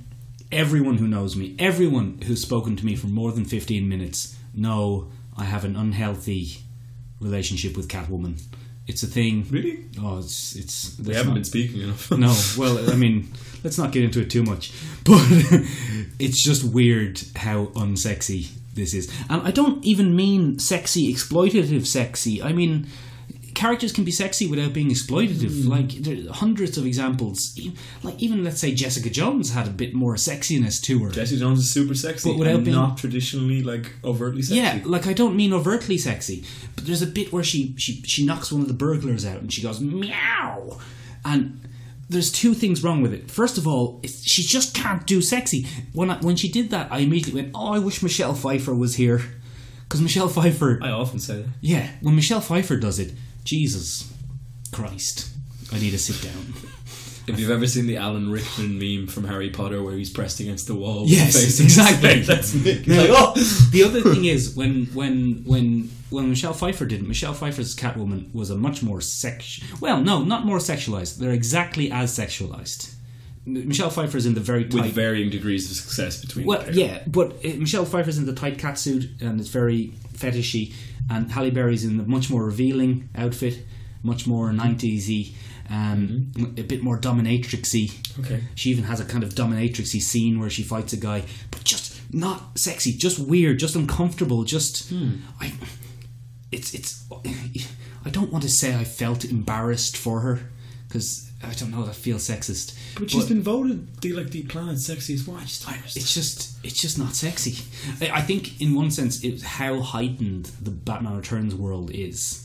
Speaker 1: Everyone who knows me, everyone who's spoken to me for more than fifteen minutes, know I have an unhealthy relationship with Catwoman. It's a thing.
Speaker 3: Really?
Speaker 1: Oh, it's it's.
Speaker 3: They haven't been speaking enough.
Speaker 1: No, well, I mean, let's not get into it too much, but it's just weird how unsexy this is. And I don't even mean sexy, exploitative sexy. I mean, characters can be sexy without being exploitative. Like, there are hundreds of examples. E- Like, even let's say Jessica Jones had a bit more sexiness to her.
Speaker 3: Jesse Jones is super sexy,
Speaker 1: But without
Speaker 3: and
Speaker 1: being-
Speaker 3: not traditionally like overtly sexy.
Speaker 1: Yeah, like I don't mean overtly sexy, but there's a bit where she she she knocks one of the burglars out and she goes meow, and there's two things wrong with it. First of all, it's, she just can't do sexy. When I, when she did that, I immediately went, oh, I wish Michelle Pfeiffer was here, because Michelle Pfeiffer,
Speaker 3: I often say that.
Speaker 1: yeah, when Michelle Pfeiffer does it, Jesus Christ, I need to sit down.
Speaker 3: If you've ever seen the Alan Rickman meme from Harry Potter where he's pressed against the wall,
Speaker 1: Yes,
Speaker 3: face
Speaker 1: exactly.
Speaker 3: That's me. He's
Speaker 1: No.
Speaker 3: like, oh,
Speaker 1: the other thing is when when when when Michelle Pfeiffer did it, Michelle Pfeiffer's Catwoman was a much more sex. Well, no, not more sexualized. They're exactly as sexualized. M- Michelle Pfeiffer's in the very
Speaker 3: with
Speaker 1: tight.
Speaker 3: varying degrees of success between.
Speaker 1: well,
Speaker 3: the pair.
Speaker 1: yeah, but uh, Michelle Pfeiffer's in the tight catsuit and it's very fetishy, and Halle Berry's in the much more revealing outfit, much more '90s-y, um, a bit more dominatrixy.
Speaker 3: Mm-hmm. Okay.
Speaker 1: She even has a kind of dominatrixy scene where she fights a guy, but just not sexy, just weird, just uncomfortable, just
Speaker 3: Hmm.
Speaker 1: I. It's it's. I don't want to say I felt embarrassed for her because I don't know. That feels sexist.
Speaker 3: But she's been voted the like the planet's sexiest watch star.
Speaker 1: It's just it's just not sexy. I, I think in one sense it's how heightened the Batman Returns world is.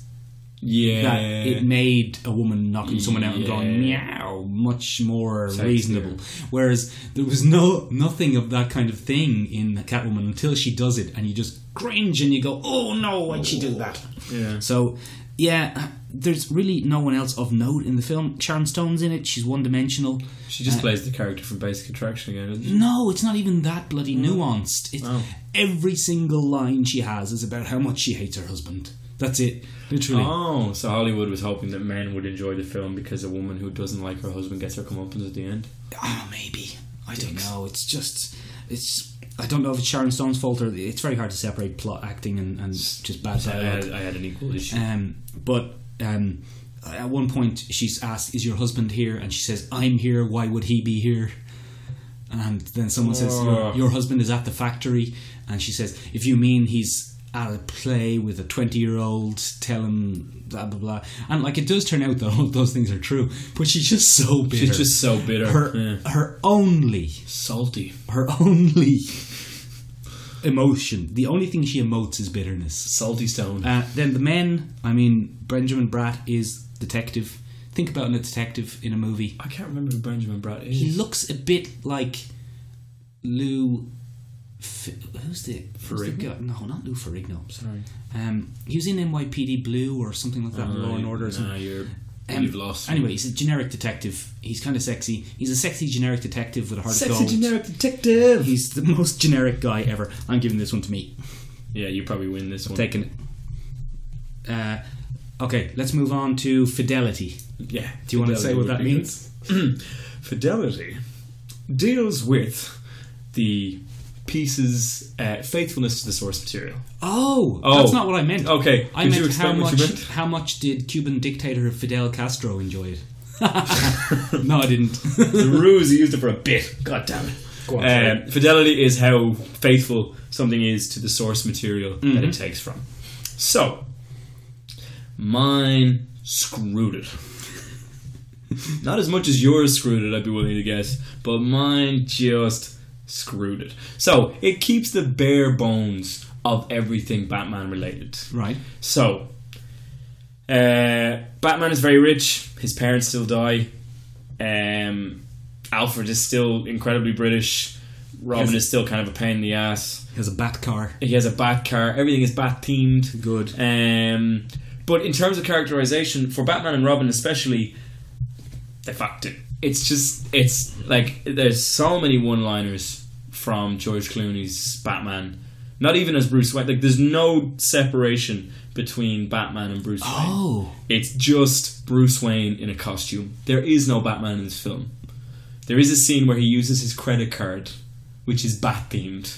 Speaker 3: Yeah.
Speaker 1: That it made a woman knocking someone out and going
Speaker 3: Yeah.
Speaker 1: meow much more reasonable. Whereas there was no nothing of that kind of thing in Catwoman until she does it, and you just cringe and you go, "Oh no, why'd she do that?"
Speaker 3: Yeah.
Speaker 1: So, yeah, there's really no one else of note in the film. Sharon Stone's in it; she's one dimensional. uh,
Speaker 3: She just plays the character from Basic Attraction again, doesn't she?
Speaker 1: No, it's not even that bloody nuanced. It's
Speaker 3: Oh.
Speaker 1: every single line she has is about how much she hates her husband. That's it, literally.
Speaker 3: Oh, so Hollywood was hoping that men would enjoy the film because a woman who doesn't like her husband gets her comeuppance at the end.
Speaker 1: Ah, maybe. I don't know. It's just, it's. I don't know if it's Sharon Stone's fault or it's very hard to separate plot acting and, and just bad
Speaker 3: I had,
Speaker 1: dialogue.
Speaker 3: I had an equal issue.
Speaker 1: Um, but um, at one point she's asked, "Is your husband here?" And she says, "I'm here. Why would he be here?" And then someone says, your,
Speaker 3: Ugh.
Speaker 1: "Your husband is at the factory," and she says, "If you mean he's." At a play with a twenty-year-old, tell him blah blah blah, and like it does turn out that all those things are true, but she's just so bitter.
Speaker 3: She's just so bitter.
Speaker 1: her
Speaker 3: Yeah.
Speaker 1: her only
Speaker 3: Salty.
Speaker 1: her only emotion the only thing she emotes is bitterness
Speaker 3: Salty stone.
Speaker 1: uh, then the men i mean benjamin bratt is detective think about a detective in a movie
Speaker 3: I can't remember who Benjamin Bratt is.
Speaker 1: he looks a bit like lou F- who's the, who's the guy? no not lou ferrigno I'm sorry um, he was in nypd blue or something like that law and order or something
Speaker 3: Nah, you're,
Speaker 1: Um,
Speaker 3: you've lost. me.
Speaker 1: Anyway, he's a generic detective. He's kind of sexy. He's a sexy generic detective with a heart of
Speaker 3: Sexy
Speaker 1: gold.
Speaker 3: generic detective.
Speaker 1: He's the most generic guy ever. I'm giving this one to me.
Speaker 3: yeah, you probably win this one.
Speaker 1: Taking it. Uh, okay, let's move on to fidelity.
Speaker 3: yeah.
Speaker 1: Do you want to say what that
Speaker 3: means?
Speaker 1: means?
Speaker 3: Fidelity deals with the piece's uh, faithfulness to the source material.
Speaker 1: Oh,
Speaker 3: Oh.
Speaker 1: that's not what I meant.
Speaker 3: Okay,
Speaker 1: I
Speaker 3: could you
Speaker 1: meant how
Speaker 3: explain what
Speaker 1: much
Speaker 3: you meant?
Speaker 1: how much did Cuban dictator Fidel Castro enjoy it? no, I didn't.
Speaker 3: the ruse he used it for a bit. God damn it.
Speaker 1: on,
Speaker 3: Uh, fidelity is how faithful something is to the source material that it takes from. So, mine screwed it. Not as much as yours screwed it, I'd be willing to guess, but mine just screwed it. So, it keeps the bare bones of everything Batman related.
Speaker 1: right.
Speaker 3: So, uh, Batman is very rich. His parents still die. Um, Alfred is still incredibly British. Robin is still kind of a pain in the ass.
Speaker 1: He has a bat car.
Speaker 3: He has a bat car. Everything is bat themed.
Speaker 1: Good.
Speaker 3: Um, but in terms of characterization, for Batman and Robin especially, they fucked it. It's just, it's like, there's so many one liners from George Clooney's Batman. Not even as Bruce Wayne. Like, there's no separation between Batman and Bruce Wayne.
Speaker 1: Oh,
Speaker 3: It's just Bruce Wayne in a costume. There is no Batman in this film. There is a scene where he uses his credit card, which is bat themed,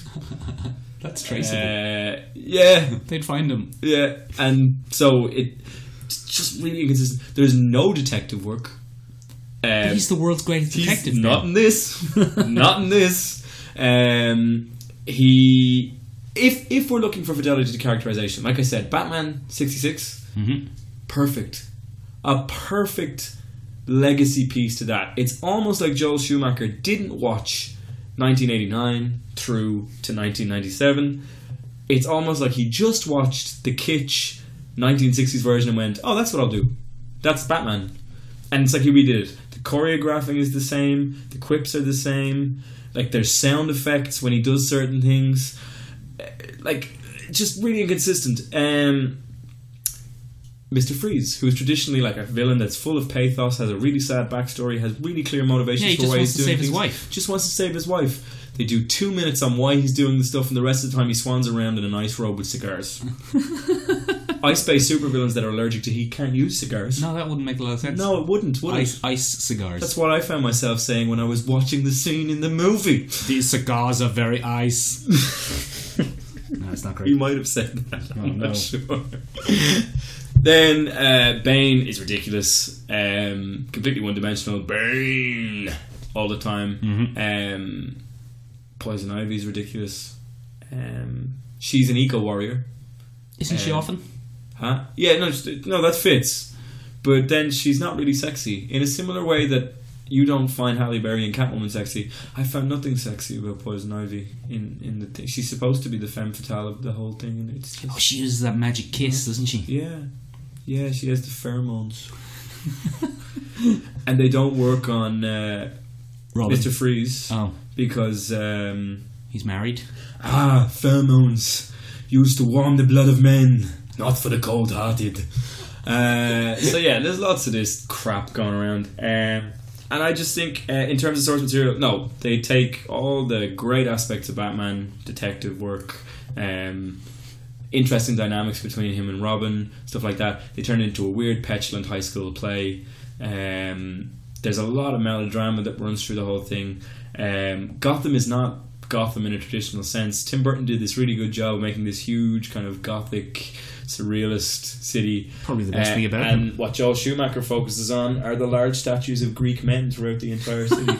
Speaker 1: That's traceable.
Speaker 3: Uh, yeah,
Speaker 1: They'd find him.
Speaker 3: yeah, and so it it's just really inconsistent. There's no detective work. Um,
Speaker 1: He's the world's greatest
Speaker 3: He's
Speaker 1: detective.
Speaker 3: Not
Speaker 1: now.
Speaker 3: in this. not in this. Um, he. If if we're looking for fidelity to characterization, like I said, Batman sixty
Speaker 1: Mm-hmm.
Speaker 3: perfect, a perfect legacy piece to that. It's almost like Joel Schumacher didn't watch nineteen eighty nine through to nineteen ninety seven. It's almost like he just watched the kitsch nineteen sixties version and went, "Oh, that's what I'll do. That's Batman." and it's like he redid it. The choreographing is the same. The quips are the same. Like there's sound effects when he does certain things. Uh, Like just really inconsistent. Um, Mr. Freeze, who is traditionally like a villain that's full of pathos, has a really sad backstory, has really clear motivations
Speaker 1: Yeah, he
Speaker 3: for
Speaker 1: just
Speaker 3: why
Speaker 1: wants
Speaker 3: he's
Speaker 1: to save
Speaker 3: doing
Speaker 1: his
Speaker 3: things.
Speaker 1: wife.
Speaker 3: Just wants to save his wife. They do two minutes on why he's doing the stuff, and the rest of the time he swans around in a nice robe with cigars. Ice Space supervillains that are allergic to heat can't use cigars.
Speaker 1: No, that wouldn't make a lot of sense.
Speaker 3: No, it wouldn't. Would it?
Speaker 1: ice, ice cigars.
Speaker 3: That's what I found myself saying when I was watching the scene in the movie.
Speaker 1: These cigars are very ice. no, it's not
Speaker 3: You
Speaker 1: great.
Speaker 3: might have said that. I'm
Speaker 1: Oh,
Speaker 3: not
Speaker 1: no.
Speaker 3: sure. then uh, Bane is ridiculous, um, completely one-dimensional. Bane all the time.
Speaker 1: Mm-hmm.
Speaker 3: Um, Poison Ivy is ridiculous. Um, she's an eco warrior,
Speaker 1: Isn't she
Speaker 3: Uh,
Speaker 1: often?
Speaker 3: huh? Yeah, no, just- no, that fits. But then she's not really sexy in a similar way that. You don't find Halle Berry and Catwoman sexy. I found nothing sexy about Poison Ivy in, in the thing. She's supposed to be the femme fatale of the whole thing, and it's just
Speaker 1: Oh, she uses that magic kiss, doesn't she?
Speaker 3: Yeah, yeah, she has the pheromones, and they don't work on uh,
Speaker 1: Robin.
Speaker 3: Mister Freeze
Speaker 1: Oh,
Speaker 3: because um,
Speaker 1: he's married.
Speaker 3: ah, pheromones used to warm the blood of men, not for the cold-hearted. Uh, so yeah, there's lots of this crap going around, um, and I just think uh, in terms of source material, no, they take all the great aspects of Batman detective work. Um, interesting dynamics between him and Robin, stuff like that. They turn it into a weird, petulant high school play. Um, there's a lot of melodrama that runs through the whole thing. Um, Gotham is not Gotham in a traditional sense. Tim Burton did this really good job of making this huge kind of gothic, surrealist city.
Speaker 1: Probably the best
Speaker 3: Uh,
Speaker 1: thing about
Speaker 3: And
Speaker 1: him.
Speaker 3: what Joel Schumacher focuses on are the large statues of Greek men throughout the entire city,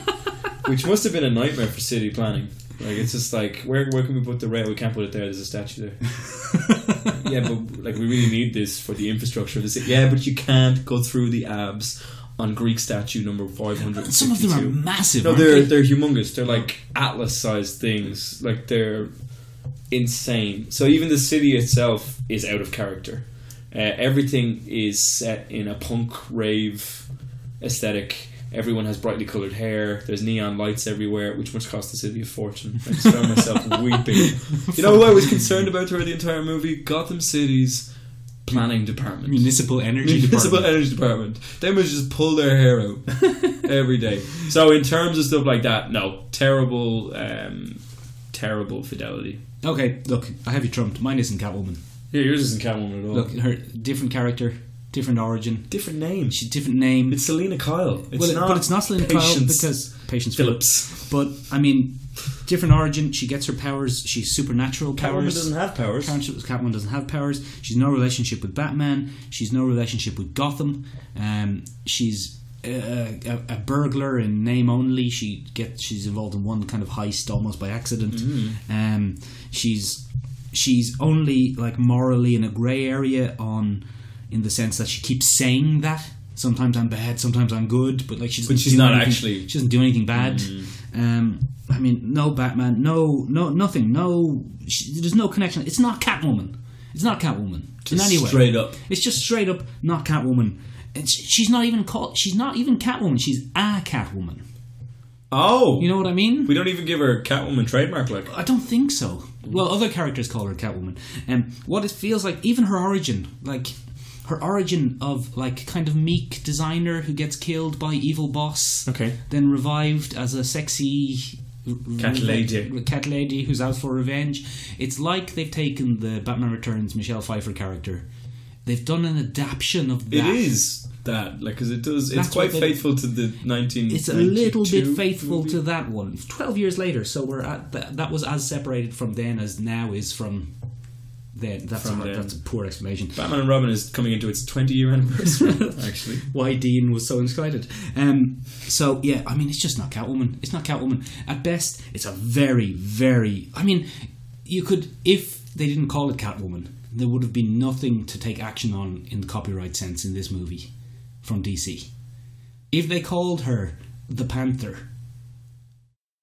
Speaker 3: which must have been a nightmare for city planning. Like it's just like where where can we put the rail? We can't put it there. There's a statue there yeah, but like we really need this for the infrastructure of the city. Yeah, but you can't go through the abs on Greek statue number five hundred.
Speaker 1: Some of them are massive.
Speaker 3: No,
Speaker 1: aren't
Speaker 3: they're
Speaker 1: they?
Speaker 3: they're humongous. They're like atlas-sized things. Like they're insane. So even the city itself is out of character. Uh, everything is set in a punk rave aesthetic. Everyone has brightly colored hair. There's neon lights everywhere, which must cost the city a fortune. I just found myself weeping. You know who I was concerned about throughout the entire movie? Gotham City's planning department.
Speaker 1: municipal energy
Speaker 3: Municipal
Speaker 1: department.
Speaker 3: Energy Department. They must just pull their hair out every day. So in terms of stuff like that, no, terrible, um, terrible fidelity.
Speaker 1: Okay, look, I have you trumped. Mine isn't Catwoman.
Speaker 3: Yeah, yours isn't Catwoman at all.
Speaker 1: Look, her different character, different origin,
Speaker 3: different name.
Speaker 1: she different name.
Speaker 3: It's Selena Kyle. It's
Speaker 1: well, it-
Speaker 3: not.
Speaker 1: but it's not Selena Kyle
Speaker 3: Patience
Speaker 1: because Patience
Speaker 3: Phillips.
Speaker 1: But I mean, different origin. She gets her powers. She's supernatural
Speaker 3: Catwoman
Speaker 1: powers.
Speaker 3: doesn't have powers.
Speaker 1: Catwoman Catwoman doesn't have powers. She's no relationship with Batman. She's no relationship with Gotham. Um, she's a, a, a burglar in name only. She gets she's involved in one kind of heist almost by accident.
Speaker 3: Mm-hmm.
Speaker 1: Um, she's she's only like morally in a grey area on in the sense that she keeps saying that. Sometimes I'm bad, sometimes I'm good, but like she doesn't
Speaker 3: she's
Speaker 1: do
Speaker 3: not
Speaker 1: anything-
Speaker 3: actually-
Speaker 1: she doesn't do anything bad.
Speaker 3: Hmm.
Speaker 1: Um, I mean, no Batman, no, no, nothing, no. She, there's no connection. It's not Catwoman. It's not Catwoman in any way.
Speaker 3: straight up.
Speaker 1: It's just straight up not Catwoman. And sh- she's not even called. She's not even Catwoman. She's a Catwoman.
Speaker 3: Oh,
Speaker 1: You know what I mean?
Speaker 3: we don't even give her Catwoman trademark. Like
Speaker 1: I don't think so. Well, other characters call her Catwoman. And what it feels like, even her origin, like her origin of like kind of meek designer who gets killed by evil boss,
Speaker 3: Okay.
Speaker 1: then revived as a sexy
Speaker 3: Cat lady.
Speaker 1: cat lady who's out for revenge. It's like they've taken the Batman Returns Michelle Pfeiffer character. They've done an adaptation of that.
Speaker 3: it is. that, like, because it does. It's
Speaker 1: That's
Speaker 3: quite
Speaker 1: what they-
Speaker 3: faithful to the nineteen.
Speaker 1: It's a little bit faithful to that one. It's Twelve years later, so we're at that. That was as separated from then as now is from then. That's
Speaker 3: From
Speaker 1: a,
Speaker 3: then.
Speaker 1: that's a poor explanation.
Speaker 3: Batman and Robin is coming into its twenty-year anniversary. actually,
Speaker 1: Why Dean was so excited. Um, so yeah, I mean, it's just not Catwoman. It's not Catwoman. At best, it's a very, very. I mean, you could if they didn't call it Catwoman, there would have been nothing to take action on in the copyright sense in this movie from DC. If they called her the Panther,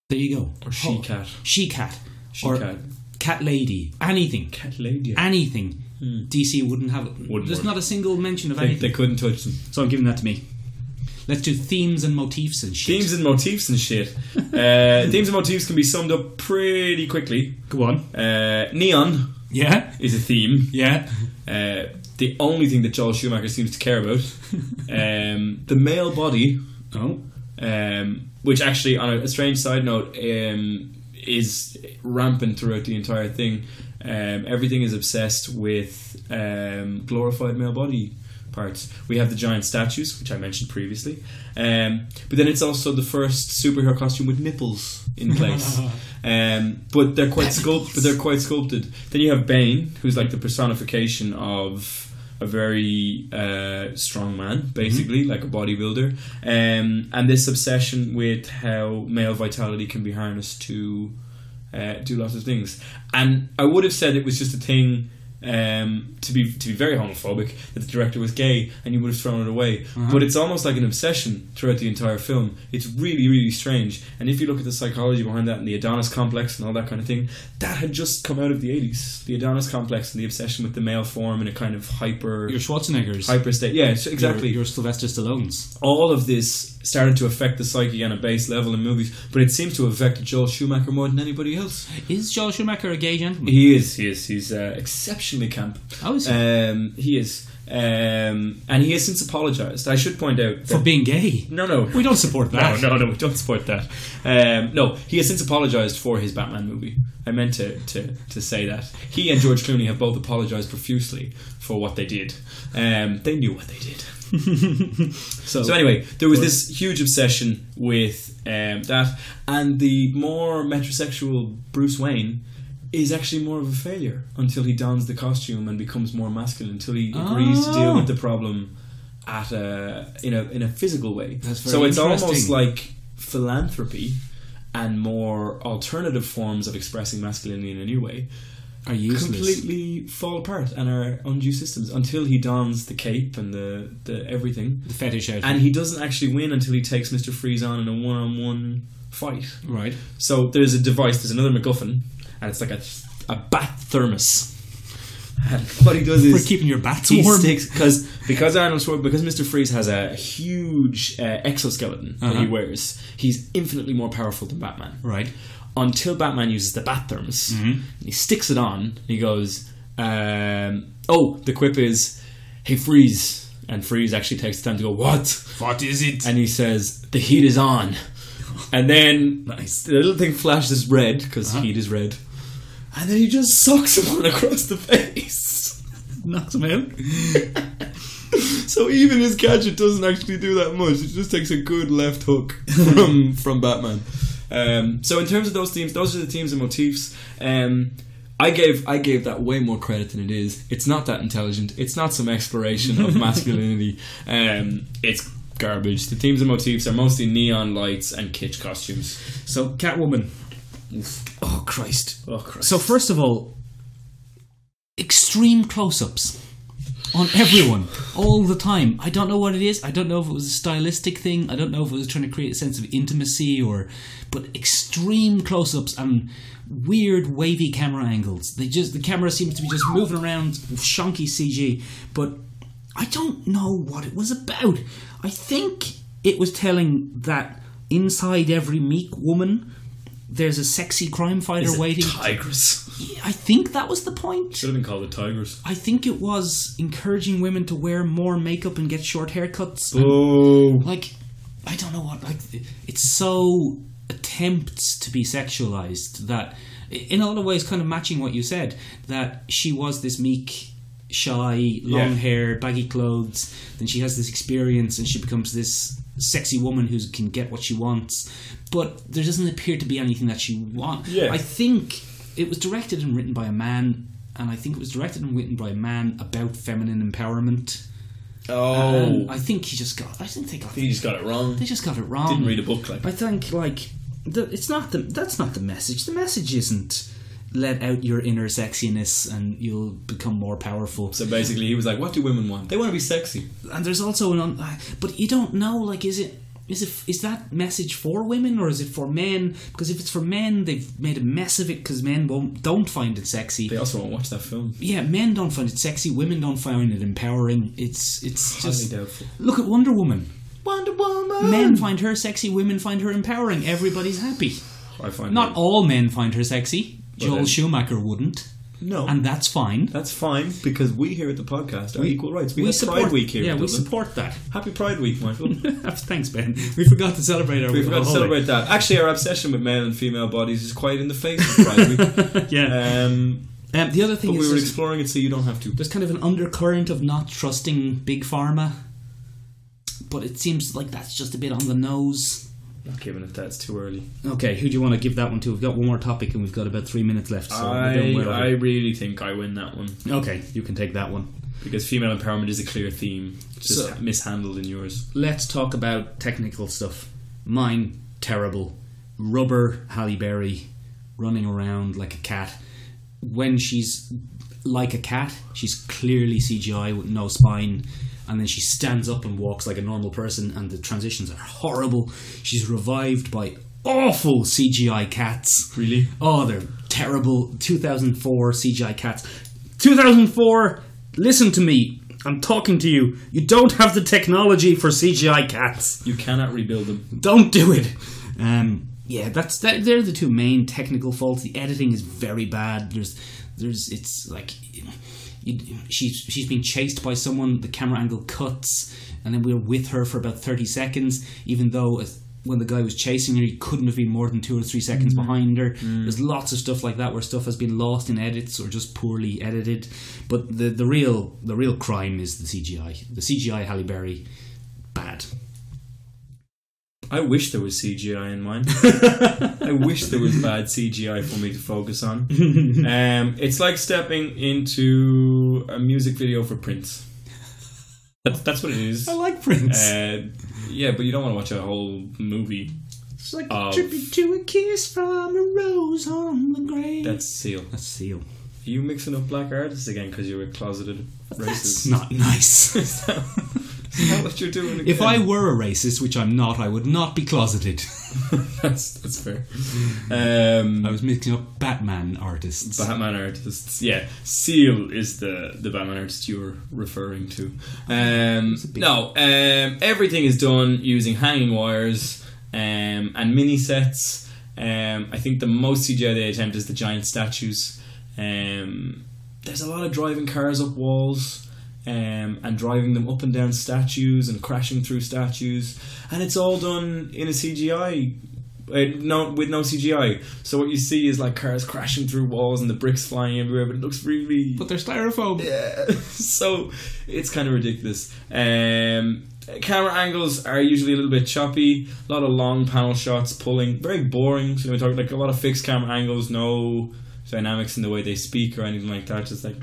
Speaker 1: there you go.
Speaker 3: or she cat,
Speaker 1: She cat.
Speaker 3: she
Speaker 1: or
Speaker 3: cat,
Speaker 1: Cat Lady. Anything.
Speaker 3: cat lady.
Speaker 1: Anything. DC wouldn't have.
Speaker 3: Hmm. Wouldn't
Speaker 1: there's
Speaker 3: work.
Speaker 1: not a single mention of
Speaker 3: They,
Speaker 1: anything.
Speaker 3: they couldn't touch them.
Speaker 1: So I'm giving that to me. Let's do themes and motifs and shit.
Speaker 3: Themes and motifs and shit. uh, themes and motifs can be summed up pretty quickly.
Speaker 1: Go on.
Speaker 3: Uh, neon
Speaker 1: Yeah.
Speaker 3: is a theme.
Speaker 1: Yeah.
Speaker 3: Uh, the only thing that Joel Schumacher seems to care about. um, the male body.
Speaker 1: Oh.
Speaker 3: um, which actually, on a, a strange side note, um, is rampant throughout the entire thing. Um, everything is obsessed with um, glorified male body parts. We have the giant statues, which I mentioned previously, um, but then it's also the first superhero costume with nipples in place. um, but they're quite sculpted. But they're quite sculpted. Then you have Bane, who's like the personification of a very uh, strong man, basically, like a bodybuilder. Um, and this obsession with how male vitality can be harnessed to uh, do lots of things. And I would have said it was just a thing. Um, to be to be very homophobic, that the director was gay, and you would have thrown it away.
Speaker 1: Uh-huh.
Speaker 3: But it's almost like an obsession throughout the entire film. It's really really strange. And if you look at the psychology behind that, and the Adonis complex, and all that kind of thing, that had just come out of the eighties. The Adonis complex and the obsession with the male form and a kind of hyper
Speaker 1: Your Schwarzeneggers.
Speaker 3: hyper state. Yeah, so exactly.
Speaker 1: Your, your Sylvester Stallones.
Speaker 3: All of this started to affect the psyche on a base level in movies, but it seems to have affected Joel Schumacher more than anybody else.
Speaker 1: Is Joel Schumacher a gay gentleman?
Speaker 3: He is. He is. He's uh, exceptionally camp.
Speaker 1: Oh, is he?
Speaker 3: Um, he is. Um, and he has since apologised. I should point out
Speaker 1: For
Speaker 3: that-
Speaker 1: being gay.
Speaker 3: no, no,
Speaker 1: We don't support
Speaker 3: no,
Speaker 1: that.
Speaker 3: no, no, we don't support that. Um, no, he has since apologised for his Batman movie. I meant to, to, to say that. He and George Clooney have both apologised profusely for what they did. Um, they knew what they did. so, anyway, there was this huge obsession with um, that, and the more metrosexual Bruce Wayne is actually more of a failure until he dons the costume and becomes more masculine, until he agrees to deal
Speaker 1: Oh.
Speaker 3: with the problem at a in a in a physical way.
Speaker 1: That's
Speaker 3: so
Speaker 1: very
Speaker 3: it's almost
Speaker 1: interesting.
Speaker 3: like philanthropy and more alternative forms of expressing masculinity in a new way
Speaker 1: Are useless.
Speaker 3: completely fall apart and are undue systems until he dons the cape and the, the everything.
Speaker 1: The fetish outfit.
Speaker 3: And he doesn't actually win until he takes Mr. Freeze on in a one on one fight.
Speaker 1: right.
Speaker 3: So there's a device, there's another MacGuffin, and it's like a, a bat thermos. And what he does
Speaker 1: We're
Speaker 3: is
Speaker 1: keeping your bats
Speaker 3: he
Speaker 1: warm.
Speaker 3: sticks because because Arnold Schwarzenegger because Mr. Freeze has a huge uh, exoskeleton that he
Speaker 1: Uh-huh.
Speaker 3: wears. He's infinitely more powerful than Batman.
Speaker 1: Right. Mm-hmm.
Speaker 3: Until Batman uses the bat thermos, And he sticks it on. And he goes, um, "Oh!" The quip is, "Hey, Freeze!" And Freeze actually takes the time to go, "What?"
Speaker 1: What is it?
Speaker 3: And he says, "The heat is on." And then Uh-huh.
Speaker 1: Nice.
Speaker 3: the little thing flashes red because heat is red. And then he just sucks him on across the face.
Speaker 1: Knocks him out.
Speaker 3: So even his gadget doesn't actually do that much. It just takes a good left hook from from Batman. Um, so in terms of those themes, those are the themes and motifs. Um, I gave I gave that way more credit than it is. It's not that intelligent. It's not some exploration of masculinity. Um, it's garbage. The themes and motifs are mostly neon lights and kitsch costumes.
Speaker 1: So, Catwoman. Oh, Christ.
Speaker 3: Oh Christ!
Speaker 1: So first of all, extreme close-ups on everyone all the time. I don't know what it is. I don't know if it was a stylistic thing. I don't know if it was trying to create a sense of intimacy or but extreme close-ups and weird wavy camera angles. They just the camera seems to be just moving around shonky CG, but I don't know what it was about. I think it was telling that inside every meek woman there's a sexy crime fighter waiting
Speaker 3: tigress
Speaker 1: I think that was the point.
Speaker 3: should have been called the tigers.
Speaker 1: I think it was encouraging women to wear more makeup and get short haircuts.
Speaker 3: Oh,
Speaker 1: Like, I don't know what. Like, it's so attempts to be sexualized that, in a lot of ways, kind of matching what you said, that she was this meek shy, long hair, baggy clothes. Then she has this experience and she becomes this sexy woman who can get what she wants. But there doesn't appear to be anything that she wants.
Speaker 3: Yeah.
Speaker 1: I think it was directed and written by a man, and I think it was directed and written by a man about feminine empowerment.
Speaker 3: Oh,
Speaker 1: And Um, I think he just got. I think they got.
Speaker 3: he just got it wrong.
Speaker 1: They just got it wrong.
Speaker 3: Didn't read a book like
Speaker 1: I think like the, it's not the that's not the message. The message isn't let out your inner sexiness and you'll become more powerful.
Speaker 3: So basically, he was like, "What do women want? They want to be sexy."
Speaker 1: And there's also an un- uh, but you don't know like is it is it is that message for women or is it for men? Because if it's for men, they've made a mess of it because men won't don't find it sexy.
Speaker 3: They also won't watch that film.
Speaker 1: yeah, men don't find it sexy. Women don't find it empowering. It's it's just
Speaker 3: doubtful.
Speaker 1: look at Wonder Woman.
Speaker 3: Wonder Woman.
Speaker 1: Men find her sexy. Women find her empowering. Everybody's happy.
Speaker 3: I find
Speaker 1: Not
Speaker 3: that-
Speaker 1: all men find her sexy. Joel
Speaker 3: then-
Speaker 1: Schumacher wouldn't,
Speaker 3: No,
Speaker 1: and that's fine.
Speaker 3: that's fine because we here at the podcast are equal rights. We, have Pride Week here.
Speaker 1: Yeah, we
Speaker 3: Dublin.
Speaker 1: support that.
Speaker 3: Happy Pride Week, Michael.
Speaker 1: Thanks, Ben. We forgot to celebrate our.
Speaker 3: We forgot to celebrate that. Actually, our obsession with male and female bodies is quite in the face of Pride Week.
Speaker 1: yeah.
Speaker 3: Um,
Speaker 1: Um, the other thing
Speaker 3: but
Speaker 1: is
Speaker 3: we were
Speaker 1: there's,
Speaker 3: exploring it, so you don't have to.
Speaker 1: there's kind of an undercurrent of not trusting big pharma, but it seems like that's just a bit on the nose.
Speaker 3: Not giving it that's too early.
Speaker 1: Okay, who do you want to give that one to? We've got one more topic, and we've got about three minutes left. So
Speaker 3: I,
Speaker 1: we're doing well.
Speaker 3: I really think I win that one
Speaker 1: Okay, you can take that one.
Speaker 3: because female empowerment is a clear theme, just
Speaker 1: So-
Speaker 3: mishandled in yours.
Speaker 1: let's talk about technical stuff. Mine, terrible. Rubber Halle Berry running around like a cat. When she's like a cat, she's clearly CGI with no spine. And then she stands up and walks like a normal person, and the transitions are horrible. She's revived by awful CGI cats.
Speaker 3: Really?
Speaker 1: Oh, they're terrible. 2004 CGI cats. 2004, listen to me. I'm talking to you. You don't have the technology for CGI cats.
Speaker 3: You cannot rebuild them.
Speaker 1: Don't do it. Um, yeah, that's that, they're the two main technical faults. The editing is very bad. There's there's it's like you, she's she's being chased by someone. The camera angle cuts, and then we're with her for about 30 seconds, even though. As, when the guy was chasing her, he couldn't have been more than two or three seconds behind her. There's lots of stuff like that where stuff has been lost in edits or just poorly edited. But the, the real the real crime is the CGI. The CGI Halle Berry, bad.
Speaker 3: I wish there was CGI in mine. I wish there was bad CGI for me to focus on. Um, it's like stepping into a music video for Prince. That's, that's what it is.
Speaker 1: I like Prince.
Speaker 3: Uh, yeah, but you don't want to watch a whole movie.
Speaker 1: It's like
Speaker 3: Of-
Speaker 1: to a kiss from a rose on the grave.
Speaker 3: That's Seal.
Speaker 1: a seal.
Speaker 3: Are you mixing up black artists again because you're a closeted
Speaker 1: That's
Speaker 3: racist?
Speaker 1: not nice.
Speaker 3: Is that- is that what you're doing?
Speaker 1: if
Speaker 3: again?
Speaker 1: I were a racist, which I'm not, I would not be closeted.
Speaker 3: that's that's fair. Um,
Speaker 1: I was mixing up Batman artists.
Speaker 3: Batman artists, yeah. Seal is the the Batman artist you were referring to. Um, no, um, everything is done using hanging wires um, and mini sets. Um, I think the most CGI they attempt is the giant statues. Um, there's a lot of driving cars up walls. Um, and driving them up and down statues and crashing through statues, and it's all done in a CGI uh, no, with no CGI. So what you see is like cars crashing through walls and the bricks flying everywhere, but it looks really
Speaker 1: but they're styrofoam.
Speaker 3: yeah. so it's kind of ridiculous. Um, camera angles are usually a little bit choppy. A lot of long panel shots, pulling, very boring. So we talk like a lot of fixed camera angles, no dynamics in the way they speak or anything like that. Just like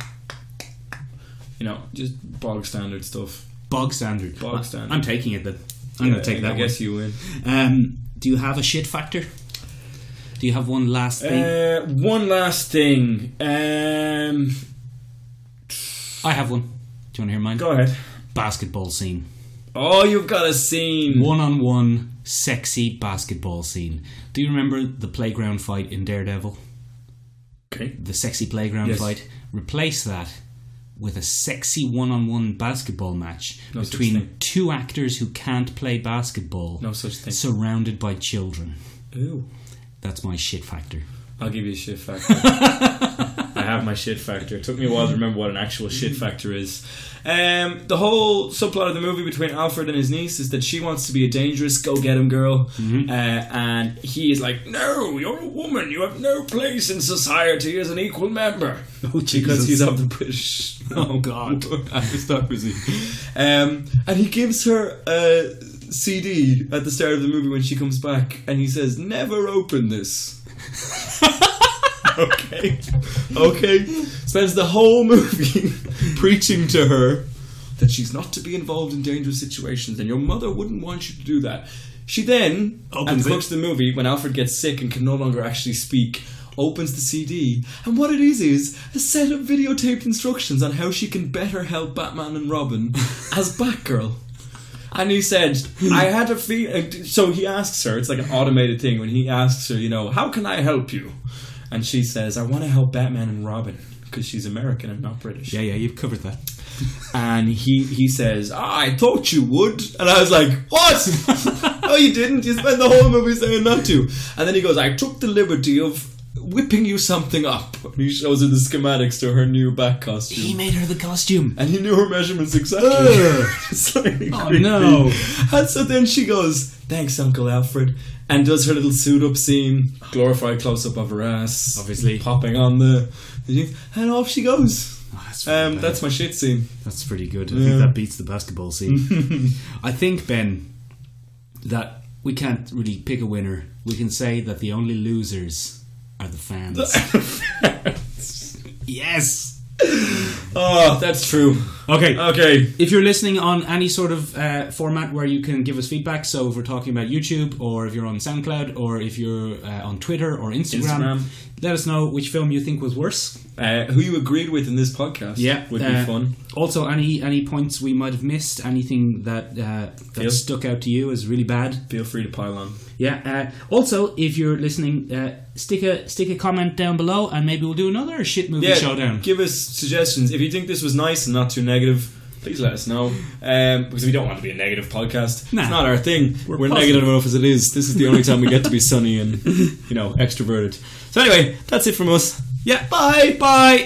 Speaker 3: you know, just bog standard stuff.
Speaker 1: Bog standard.
Speaker 3: Bog
Speaker 1: I-
Speaker 3: standard.
Speaker 1: I'm taking it then. I'm going to take
Speaker 3: I
Speaker 1: that one.
Speaker 3: guess you win.
Speaker 1: Um, do you have a shit factor? Do you have one last thing?
Speaker 3: Uh, one last thing. Um,
Speaker 1: I have one. Do you want to hear mine?
Speaker 3: go ahead.
Speaker 1: Basketball scene.
Speaker 3: Oh, you've got a scene.
Speaker 1: one on one sexy basketball scene. Do you remember the playground fight in Daredevil?
Speaker 3: Okay.
Speaker 1: The sexy playground
Speaker 3: Yes.
Speaker 1: fight? Replace that with a sexy one on one basketball match
Speaker 3: such thing.
Speaker 1: between two actors who can't play basketball
Speaker 3: No such thing.
Speaker 1: surrounded by children.
Speaker 3: Ooh.
Speaker 1: That's my shit factor.
Speaker 3: I'll give you a shit factor. have my shit factor. It took me a while to remember what an actual shit
Speaker 1: Mm-hmm.
Speaker 3: factor is. Um, the whole subplot of the movie between Alfred and his niece is that she wants to be a dangerous go get him girl,
Speaker 1: Mm-hmm.
Speaker 3: uh, and he is like, "No, you're a woman. You have no place in society as an equal member."
Speaker 1: Oh,
Speaker 3: because
Speaker 1: Jesus.
Speaker 3: he's of the British
Speaker 1: Oh, God.
Speaker 3: aristocracy. Um, and he gives her a CD at the start of the movie when she comes back, and he says, "Never open this." okay, okay. Spends the whole movie preaching to her that she's not to be involved in dangerous situations, and your mother wouldn't want you to do that. She then
Speaker 1: Opens
Speaker 3: and
Speaker 1: it.
Speaker 3: much the movie when Alfred gets sick and can no longer actually speak. Opens the CD, and what it is is a set of videotaped instructions on how she can better help Batman and Robin as Batgirl. And he said,
Speaker 1: Hmm.
Speaker 3: I had a feel. So he asks her, it's like an automated thing when he asks her, you know, how can I help you? And she says, I want to help Batman and Robin because she's American and not British.
Speaker 1: Yeah, yeah, you've covered that.
Speaker 3: And he, he says, "Ah, I thought you would. And I was like, What? no, you didn't. You spent the whole movie saying not to. And then he goes, I took the liberty of whipping you something up. And he shows her the schematics to her new back costume.
Speaker 1: He made her the costume.
Speaker 3: And he knew her measurements exactly.
Speaker 1: Ugh.
Speaker 3: It's like
Speaker 1: Oh,
Speaker 3: creepy.
Speaker 1: no.
Speaker 3: And so then she goes, "Thanks, Uncle Alfred," and does her little suit-up scene, glorified close-up of her ass,
Speaker 1: Obviously.
Speaker 3: popping on the, and off she goes.
Speaker 1: Oh, that's, pretty
Speaker 3: Um,
Speaker 1: bad.
Speaker 3: that's my shit scene.
Speaker 1: That's pretty good. I
Speaker 3: Yeah.
Speaker 1: think that beats the basketball scene. I think Ben that we can't really pick a winner. We can say that the only losers are the fans. yes. Ah.
Speaker 3: Oh, that's true.
Speaker 1: Okay.
Speaker 3: Okay.
Speaker 1: Uh, if you're listening on any sort of uh, format where you can give us feedback, so if we're talking about YouTube, or if you're on SoundCloud, or if you're uh, on Twitter or Instagram,
Speaker 3: Instagram.
Speaker 1: let us know which film you think was worse.
Speaker 3: Uh, who you agreed with in this podcast? would be
Speaker 1: uh,
Speaker 3: fun.
Speaker 1: Also, any any points we might have missed, anything that uh, that
Speaker 3: Yep.
Speaker 1: stuck out to you is really bad.
Speaker 3: Feel free to pile on.
Speaker 1: Yeah. Uh, also, if you're listening, uh, stick a stick a comment down below, and maybe we'll do another shit movie showdown.
Speaker 3: Give us suggestions. If you think this was nice and not too negative, please let us know. Um, because we don't want to be a negative podcast.
Speaker 1: Nah.
Speaker 3: It's not our thing. We're,
Speaker 1: positive.
Speaker 3: negative enough as it is. This is the only time we get to be sunny and, you know, extroverted. So anyway, that's it from us. Yeah. Bye. Bye.